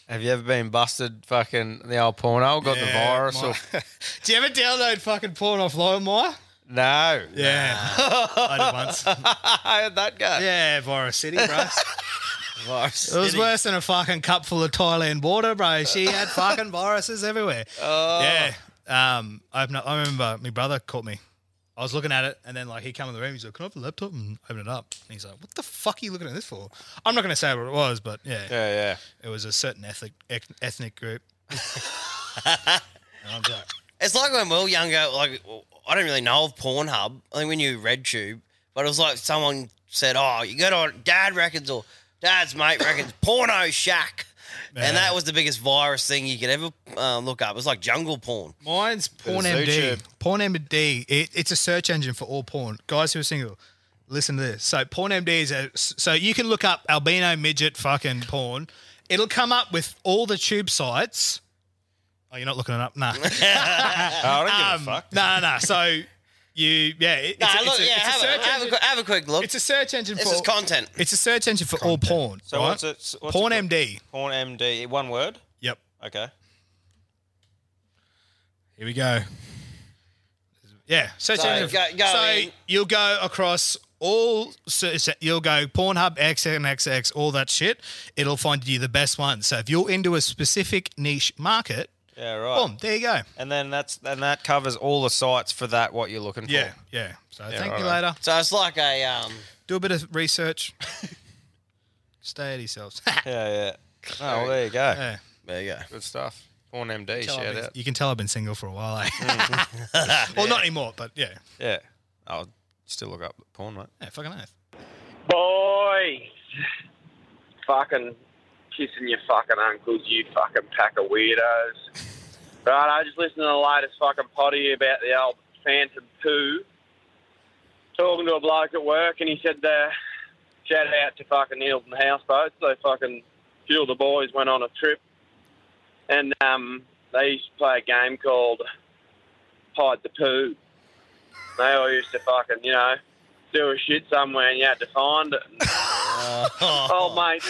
Speaker 2: Have you ever been busted fucking the old porno? Got the virus or
Speaker 6: Do you ever download fucking porn off LimeWire?
Speaker 2: no?
Speaker 6: Yeah, I did once.
Speaker 2: I had that guy.
Speaker 6: Yeah, Virus City, bro.
Speaker 2: Virus.
Speaker 6: It was worse than a fucking cup full of Thailand water, bro. She had fucking viruses everywhere.
Speaker 2: Oh.
Speaker 6: Yeah. Um, I, have no, I remember my brother caught me. I was looking at it, and then like he come in the room. He's like, "Can I have the laptop and open it up?" And he's like, "What the fuck are you looking at this for?" I'm not going to say what it was, but yeah,
Speaker 2: yeah, yeah.
Speaker 6: It was a certain ethnic ec- ethnic group.
Speaker 1: It's like when we were younger, like I don't really know of Pornhub. I think we knew RedTube, but it was like someone said, "Oh, you go to Dad records or Dad's mate records, Porno Shack," and that was the biggest virus thing you could ever uh, look up. It was like jungle porn.
Speaker 6: Mine's Porn MD. Porn MD. It, it's a search engine for all porn. Guys who are single, listen to this. So Porn MD is a so you can look up albino midget fucking porn. It'll come up with all the tube sites. Oh, you're not looking it up, nah.
Speaker 2: I
Speaker 6: don't give a fuck. Nah, nah. So you, yeah, it- it's,
Speaker 1: Nah,
Speaker 6: a- it's
Speaker 1: look,
Speaker 6: a,
Speaker 1: yeah,
Speaker 6: it's a
Speaker 1: have, a,
Speaker 6: search
Speaker 1: have, a,
Speaker 6: engine.
Speaker 1: qu- have a quick look. It's
Speaker 6: a search engine
Speaker 1: this
Speaker 6: for-
Speaker 1: is content.
Speaker 6: It's a search engine for all porn.
Speaker 2: So
Speaker 6: right?
Speaker 2: what's it? s- What's
Speaker 6: porn
Speaker 2: it, called?
Speaker 6: MD.
Speaker 2: Porn MD. One word.
Speaker 6: Yep.
Speaker 2: Okay.
Speaker 7: Here we go.
Speaker 6: Yeah, search
Speaker 7: So,
Speaker 6: engine.
Speaker 7: go- go
Speaker 6: so
Speaker 7: in.
Speaker 6: you'll go across all. So, so you'll go Pornhub, XNXX, all that shit. It'll find you the best one. So if you're into a specific niche market,
Speaker 2: Yeah, right.
Speaker 6: Boom, there you go.
Speaker 2: And then that's and that covers all the sites for that what you're looking for.
Speaker 6: Yeah, yeah. So thank you
Speaker 2: righto.
Speaker 6: later.
Speaker 26: So it's like a um.
Speaker 6: Do a bit of research. Stay at yourselves.
Speaker 2: yeah, yeah. Oh, well, there you go.
Speaker 6: Yeah.
Speaker 1: There you go.
Speaker 2: Good stuff. Horn MD,
Speaker 6: Tell I've
Speaker 2: shout
Speaker 6: been-
Speaker 2: out.
Speaker 6: You can tell I've been single for a while, eh?
Speaker 2: Mm. Yeah.
Speaker 6: well, not anymore, but yeah.
Speaker 2: Yeah. I'll still look up porn, mate.
Speaker 6: Yeah, fucking oath.
Speaker 24: Boy, fucking kissing your fucking uncles, you fucking pack of weirdos. right, I just listened to the latest fucking potty about the old Phantom 2. Talking to a bloke at work, and he said, uh, shout out to fucking Eels and Houseboats. They fucking, few of the boys went on a trip, and um, they used to play a game called Hide the Poo. They all used to fucking, you know, do a shit somewhere and you had to find it. oh, mate,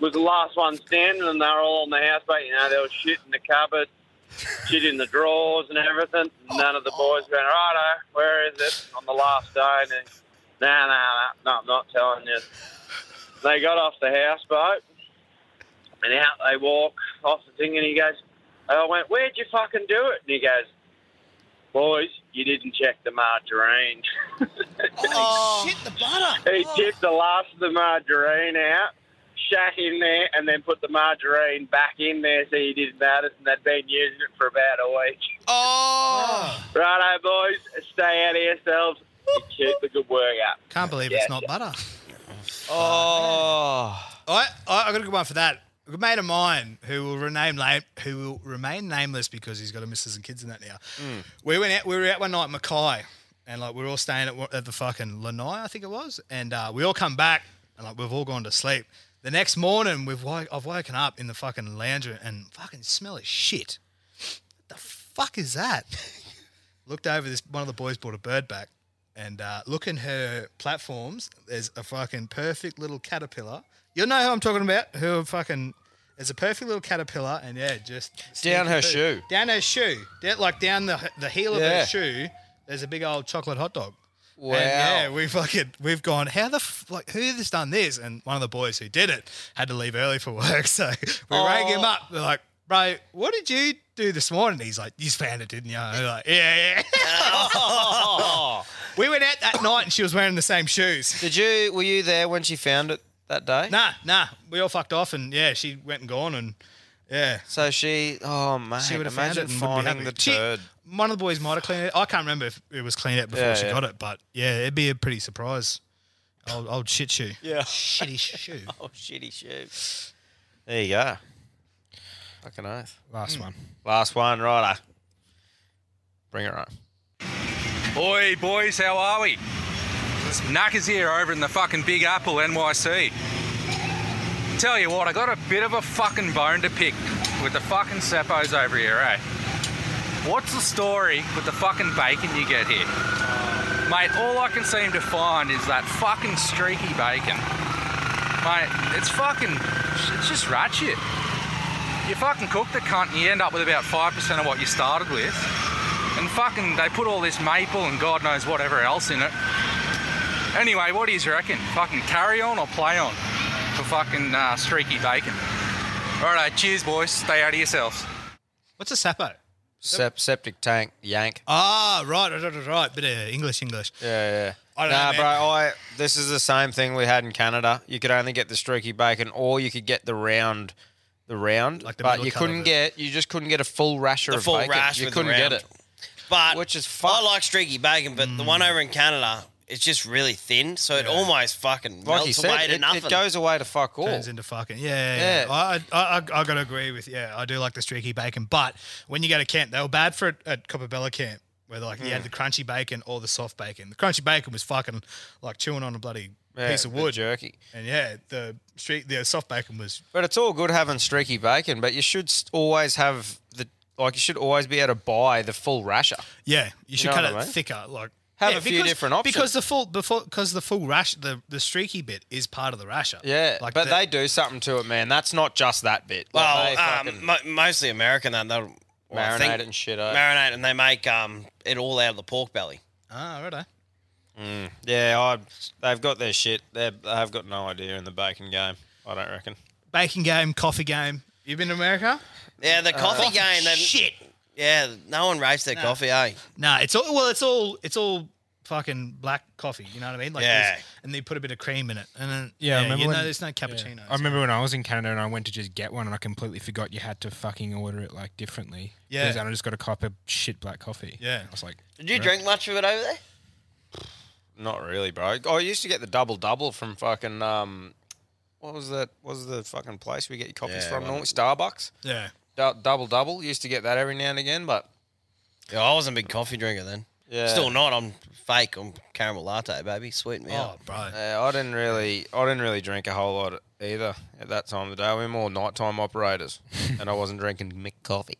Speaker 24: was the last one standing and they were all on the houseboat. You know, there was shit in the cupboard, shit in the drawers and everything. None of the boys went, righto, where is it? On the last day. And they, no, no, no, no, I'm not telling you. They got off the houseboat and out they walk off the thing and he goes, I went, where'd you fucking do it? And he goes, boys, you didn't check the margarine.
Speaker 27: Oh, shit, the butter.
Speaker 24: He tipped the last of the margarine out, shat in there, and then put the margarine back in there so he didn't notice, and they'd been using it for about a week.
Speaker 27: Oh.
Speaker 24: Righto, boys, stay out of yourselves. You keep the good work up.
Speaker 6: Can't believe
Speaker 24: Yeah.
Speaker 6: it's not butter.
Speaker 2: Oh.
Speaker 6: I, I, I got a good one for that. A good mate of mine who will rename name, who will remain nameless because he's got a missus and kids and that now. We went out. We were out one night, in Mackay, and like we were all staying at, one- at the fucking Lanai, I think it was, and uh, we all come back and like we've all gone to sleep. The next morning, we've wo- I've woken up in the fucking lounge and fucking smell of shit. What the fuck is that? Looked over this. One of the boys brought a bird back, and uh, look in her platforms. There's a fucking perfect little caterpillar. You'll know who I'm talking about. Who fucking there's a perfect little caterpillar, and yeah, just
Speaker 2: Down her
Speaker 6: sneaking
Speaker 2: shoe.
Speaker 6: down her shoe, down, like down the the heel of
Speaker 2: Yeah.
Speaker 6: her shoe. There's a big old chocolate hot dog.
Speaker 2: Wow.
Speaker 6: And yeah, we fucking we've gone. How the f- like who has done this? And one of the boys who did it had to leave early for work, so we rang him
Speaker 2: Oh.
Speaker 6: up. We're like, bro, what did you do this morning? He's like, you found it, didn't you? And we're like, yeah, yeah. we went out that night, and she was wearing the same shoes.
Speaker 2: Did you? Were you there when she found it that day?
Speaker 6: Nah, nah. We all fucked off, and yeah, she went and gone, and yeah.
Speaker 2: So she, oh mate,
Speaker 6: She would've found
Speaker 2: imagine
Speaker 6: it and wouldn't be
Speaker 2: finding the
Speaker 6: happy. She-
Speaker 2: turd.
Speaker 6: One of the boys might have cleaned it. I can't remember if it was cleaned out before
Speaker 2: Yeah,
Speaker 6: she
Speaker 2: yeah.
Speaker 6: got it, but yeah, it'd be a pretty surprise. Old, old shit shoe.
Speaker 2: Yeah.
Speaker 6: Shitty shoe.
Speaker 2: oh, shitty shoe. There you go. Fucking oath.
Speaker 7: Last
Speaker 1: Hmm.
Speaker 2: Mm.
Speaker 7: one.
Speaker 2: Last one, righto. Bring it home.
Speaker 15: Oi, boys, how are we? It's Knackers here over in the fucking Big Apple, NYC. Tell you what, I got a bit of a fucking bone to pick with the fucking seppos over here, eh? What's the story with the fucking bacon you get here? Mate, all I can seem to find is that fucking streaky bacon. Mate, it's fucking, it's just ratchet. You fucking cook the cunt and you end up with about 5% of what you started with. And fucking, they put all this maple and God knows whatever else in it. Anyway, what do you reckon? Fucking carry on or play on for fucking uh, streaky bacon? Alright, cheers, boys. Stay out of yourselves.
Speaker 6: What's a sappo?
Speaker 2: Sep- septic tank yank.
Speaker 6: Ah, right, right, right, right. Bit of English, English.
Speaker 2: Yeah, yeah.
Speaker 6: I don't know,
Speaker 2: nah,
Speaker 6: man.
Speaker 2: bro. I this is the same thing we had in Canada. You could only get the streaky bacon, or you could get the round, the round.
Speaker 1: Like the
Speaker 2: but
Speaker 1: middle
Speaker 2: you
Speaker 1: colour
Speaker 2: couldn't
Speaker 1: bit.
Speaker 2: get. You just couldn't get a full rasher
Speaker 1: The
Speaker 2: of
Speaker 1: full
Speaker 2: bacon.
Speaker 1: rash
Speaker 2: you
Speaker 1: with the
Speaker 2: couldn't get
Speaker 1: round.
Speaker 2: it.
Speaker 1: But
Speaker 2: which is fuck. Mm.
Speaker 1: I like streaky bacon, but the one over in Canada, it's just really thin, so it almost fucking
Speaker 2: Like you
Speaker 1: melts
Speaker 2: said,
Speaker 1: away to
Speaker 2: it- it
Speaker 1: nothing.
Speaker 2: goes away to fuck all.
Speaker 6: Turns into fucking yeah, yeah. yeah. I, I, I, I gotta agree with yeah. I do like the streaky bacon, but when you go to camp, they were bad for it at Copperbella camp, where like you had
Speaker 2: Mm.
Speaker 6: the crunchy bacon or the soft bacon. The crunchy bacon was fucking like chewing on a bloody
Speaker 2: Yeah,
Speaker 6: piece of
Speaker 2: the
Speaker 6: wood,
Speaker 2: jerky,
Speaker 6: and yeah, the street the soft bacon was
Speaker 2: But it's all good having streaky bacon. But you should s- always have the like. You should always be able to buy the full rasher.
Speaker 6: yeah. You should
Speaker 2: know
Speaker 6: cut
Speaker 2: what
Speaker 6: it
Speaker 2: I mean?
Speaker 6: thicker, like.
Speaker 2: Have
Speaker 6: yeah,
Speaker 2: a few
Speaker 6: because-
Speaker 2: different options.
Speaker 6: because the full before because the full rash the, the streaky bit is part of the rasher.
Speaker 2: Yeah,
Speaker 6: like
Speaker 2: but
Speaker 6: the-
Speaker 2: they do something to it, man. That's not just that bit. Like,
Speaker 1: Well,
Speaker 2: they
Speaker 1: um, mo- mostly American, though. They'll well, I
Speaker 2: Marinate
Speaker 1: think
Speaker 2: it and shit out.
Speaker 1: Marinate, and they make um, it all out of the pork belly.
Speaker 6: Ah, righto.
Speaker 2: Mm. Yeah, I, they've got their shit. They're, they've got no idea in the bacon game. I don't reckon.
Speaker 6: Baking game, coffee game. You been to America?
Speaker 1: Yeah,
Speaker 2: Uh,
Speaker 1: the coffee
Speaker 6: Coffee
Speaker 1: game. they've-
Speaker 6: shit.
Speaker 1: Yeah, no one rates their
Speaker 6: No.
Speaker 1: coffee, eh?
Speaker 6: No, it's all well, it's all it's all fucking black coffee. You know what I mean? Like
Speaker 1: Yeah.
Speaker 6: there's- And they put a bit of cream in it, and then
Speaker 7: Yeah, I remember
Speaker 6: you know,
Speaker 7: when-
Speaker 6: there's no cappuccino.
Speaker 7: I remember when I was in Canada and I went to just get one and I completely forgot you had to fucking order it like differently.
Speaker 1: Yeah.
Speaker 7: 'Cause I just got a cup of shit black coffee.
Speaker 6: Yeah.
Speaker 7: I was like,
Speaker 1: Did you drink much of it over there?
Speaker 2: Not really, bro. Oh, I used to get the double double from fucking um, what was that? What was the fucking place we get your coffees
Speaker 1: Yeah,
Speaker 2: from?
Speaker 1: well-
Speaker 2: Normally Starbucks.
Speaker 6: Yeah.
Speaker 2: Du- double double. Used to get that every now and again, but
Speaker 1: Yeah, I wasn't a big coffee drinker then.
Speaker 2: Yeah.
Speaker 1: Still not. I'm fake. I'm caramel latte, baby. Sweeten me up.
Speaker 6: Oh, bro.
Speaker 2: Yeah, I didn't really, I didn't really drink a whole lot either at that time of the day. We were more nighttime operators, and I wasn't drinking Mick coffee.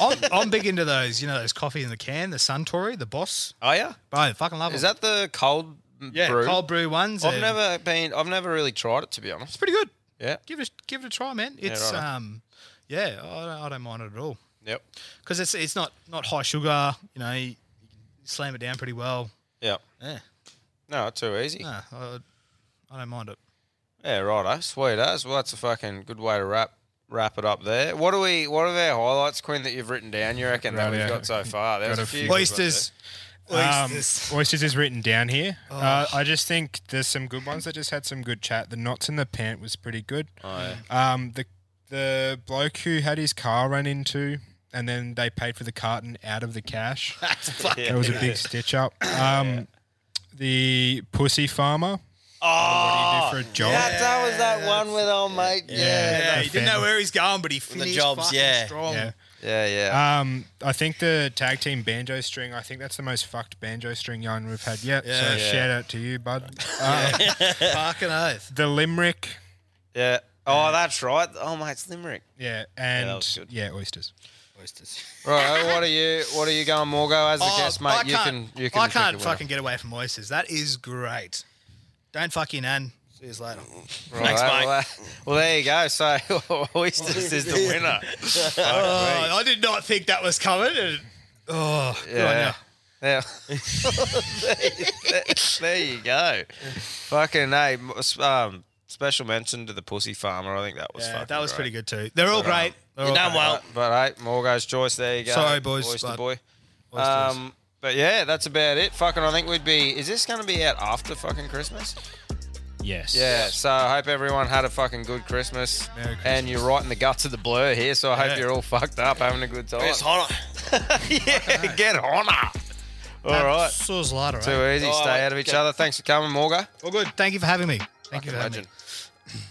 Speaker 6: I'm, I'm big into those. You know, those coffee in the can, the Suntory, the Boss.
Speaker 2: Oh yeah,
Speaker 6: bro, I fucking love
Speaker 2: Is
Speaker 6: them.
Speaker 2: that the cold m-
Speaker 6: Yeah,
Speaker 2: brew?
Speaker 6: cold brew ones
Speaker 2: I've
Speaker 6: and-
Speaker 2: never been. I've never really tried it to be honest. It's
Speaker 6: pretty good.
Speaker 2: Yeah.
Speaker 6: Give it, give it a try, man.
Speaker 2: Yeah,
Speaker 6: It's
Speaker 2: right on.
Speaker 6: um, yeah, I don't, I don't mind it at all.
Speaker 2: Yep.
Speaker 6: Because it's it's not not high sugar. You know, you, you slam it down pretty well.
Speaker 2: Yeah.
Speaker 6: Yeah.
Speaker 2: No, too easy.
Speaker 6: Nah, I, I don't mind it.
Speaker 2: Yeah, righto. Sweet as. Well, that's a fucking good way to wrap wrap it up there. What do we? What are our highlights, Quinn, that you've written down? You reckon that we've
Speaker 7: Rightio.
Speaker 2: got so far? There's
Speaker 7: Got
Speaker 2: a
Speaker 7: a
Speaker 2: few.
Speaker 7: few.
Speaker 2: good ones
Speaker 7: Oysters.
Speaker 2: there.
Speaker 7: Um, oysters is written down here.
Speaker 2: Oh.
Speaker 7: Uh, I just think there's some good ones. I just had some good chat. The knots in the pant was pretty good.
Speaker 2: Oh,
Speaker 7: um, the the bloke who had his car run into, and then they paid for the carton out of the cash.
Speaker 6: That's
Speaker 1: fucking
Speaker 7: That was a
Speaker 1: good.
Speaker 7: big stitch up. Um, The pussy farmer. Oh, what do you do for a job?
Speaker 1: That, that was that one with old mate. Yeah,
Speaker 7: Yeah, he didn't know where
Speaker 6: he's going, but he
Speaker 1: the
Speaker 7: finished
Speaker 1: jobs.
Speaker 7: fucking
Speaker 1: Yeah,
Speaker 7: strong. Yeah.
Speaker 2: Yeah, yeah.
Speaker 7: Um, I think the tag team banjo string. I think that's the most fucked banjo string yarn we've had yet.
Speaker 6: Yeah.
Speaker 7: so
Speaker 6: Yeah.
Speaker 7: shout out to you, bud.
Speaker 2: Yeah.
Speaker 7: Uh,
Speaker 6: Fucking oath.
Speaker 7: The limerick.
Speaker 2: Yeah. Oh, that's right. Oh, mate, it's Limerick.
Speaker 7: Yeah,
Speaker 2: that
Speaker 7: and
Speaker 2: was
Speaker 7: yeah,
Speaker 2: good.
Speaker 7: oysters.
Speaker 1: Oysters.
Speaker 2: Right. What are you? What are you going, Morgo? As a
Speaker 6: Oh,
Speaker 2: guest,
Speaker 6: I
Speaker 2: mate, you can.
Speaker 6: can't-
Speaker 2: You can.
Speaker 6: I
Speaker 2: pick a
Speaker 6: can't
Speaker 2: winner.
Speaker 6: fucking get away from oysters. That is great. Don't fucking Ann. See you later.
Speaker 2: Right, Well, uh, well, there you go. So oysters is the winner. Fuck
Speaker 6: Oh,
Speaker 2: me.
Speaker 6: I did not think that was coming. and- oh, good on ya.
Speaker 2: Yeah. Yeah. there you go. Fucking hey, m- s- um, special mention to the pussy farmer. I think that was
Speaker 6: Yeah,
Speaker 2: fucking
Speaker 6: that was
Speaker 2: great.
Speaker 6: pretty good too. They're all
Speaker 2: But, um,
Speaker 6: great. They're all great.
Speaker 2: But, but hey, Morgo's choice. There you go.
Speaker 6: Sorry, boys,
Speaker 2: Oyster
Speaker 6: but-
Speaker 2: boy.
Speaker 6: Oysters.
Speaker 2: Um, but yeah, that's about it. Fucking, I think we'd be. Is this going to be out after fucking Christmas?
Speaker 7: Yes.
Speaker 2: Yeah, so I hope everyone had a fucking good Christmas. And you're right in the guts of the blur here, so I hope you're all fucked up having a good time.
Speaker 1: It's hotter.
Speaker 2: yeah, get hotter. All
Speaker 6: Nah,
Speaker 2: right. Oh,
Speaker 6: saw us later,
Speaker 2: Too
Speaker 6: eh?
Speaker 2: easy.
Speaker 6: All
Speaker 2: Stay
Speaker 6: right,
Speaker 2: out of each
Speaker 6: okay.
Speaker 2: other. Thanks for coming, Morgan.
Speaker 6: All good. Thank you for having me. Thank you for having me.
Speaker 2: Imagine.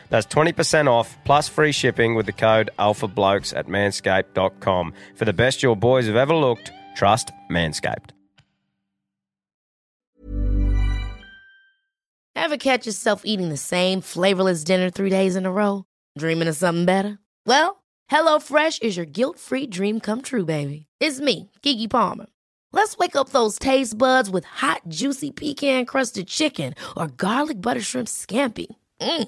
Speaker 16: That's 20% off plus free shipping with the code ALPHABLOKES at manscaped.com. For the best your boys have ever looked, trust Manscaped.
Speaker 17: Ever catch yourself eating the same flavorless dinner three days in a row? Dreaming of something better? Well, HelloFresh is your guilt free dream come true, baby. It's me, Gigi Palmer. Let's wake up those taste buds with hot, juicy pecan crusted chicken or garlic butter shrimp scampi. Mm.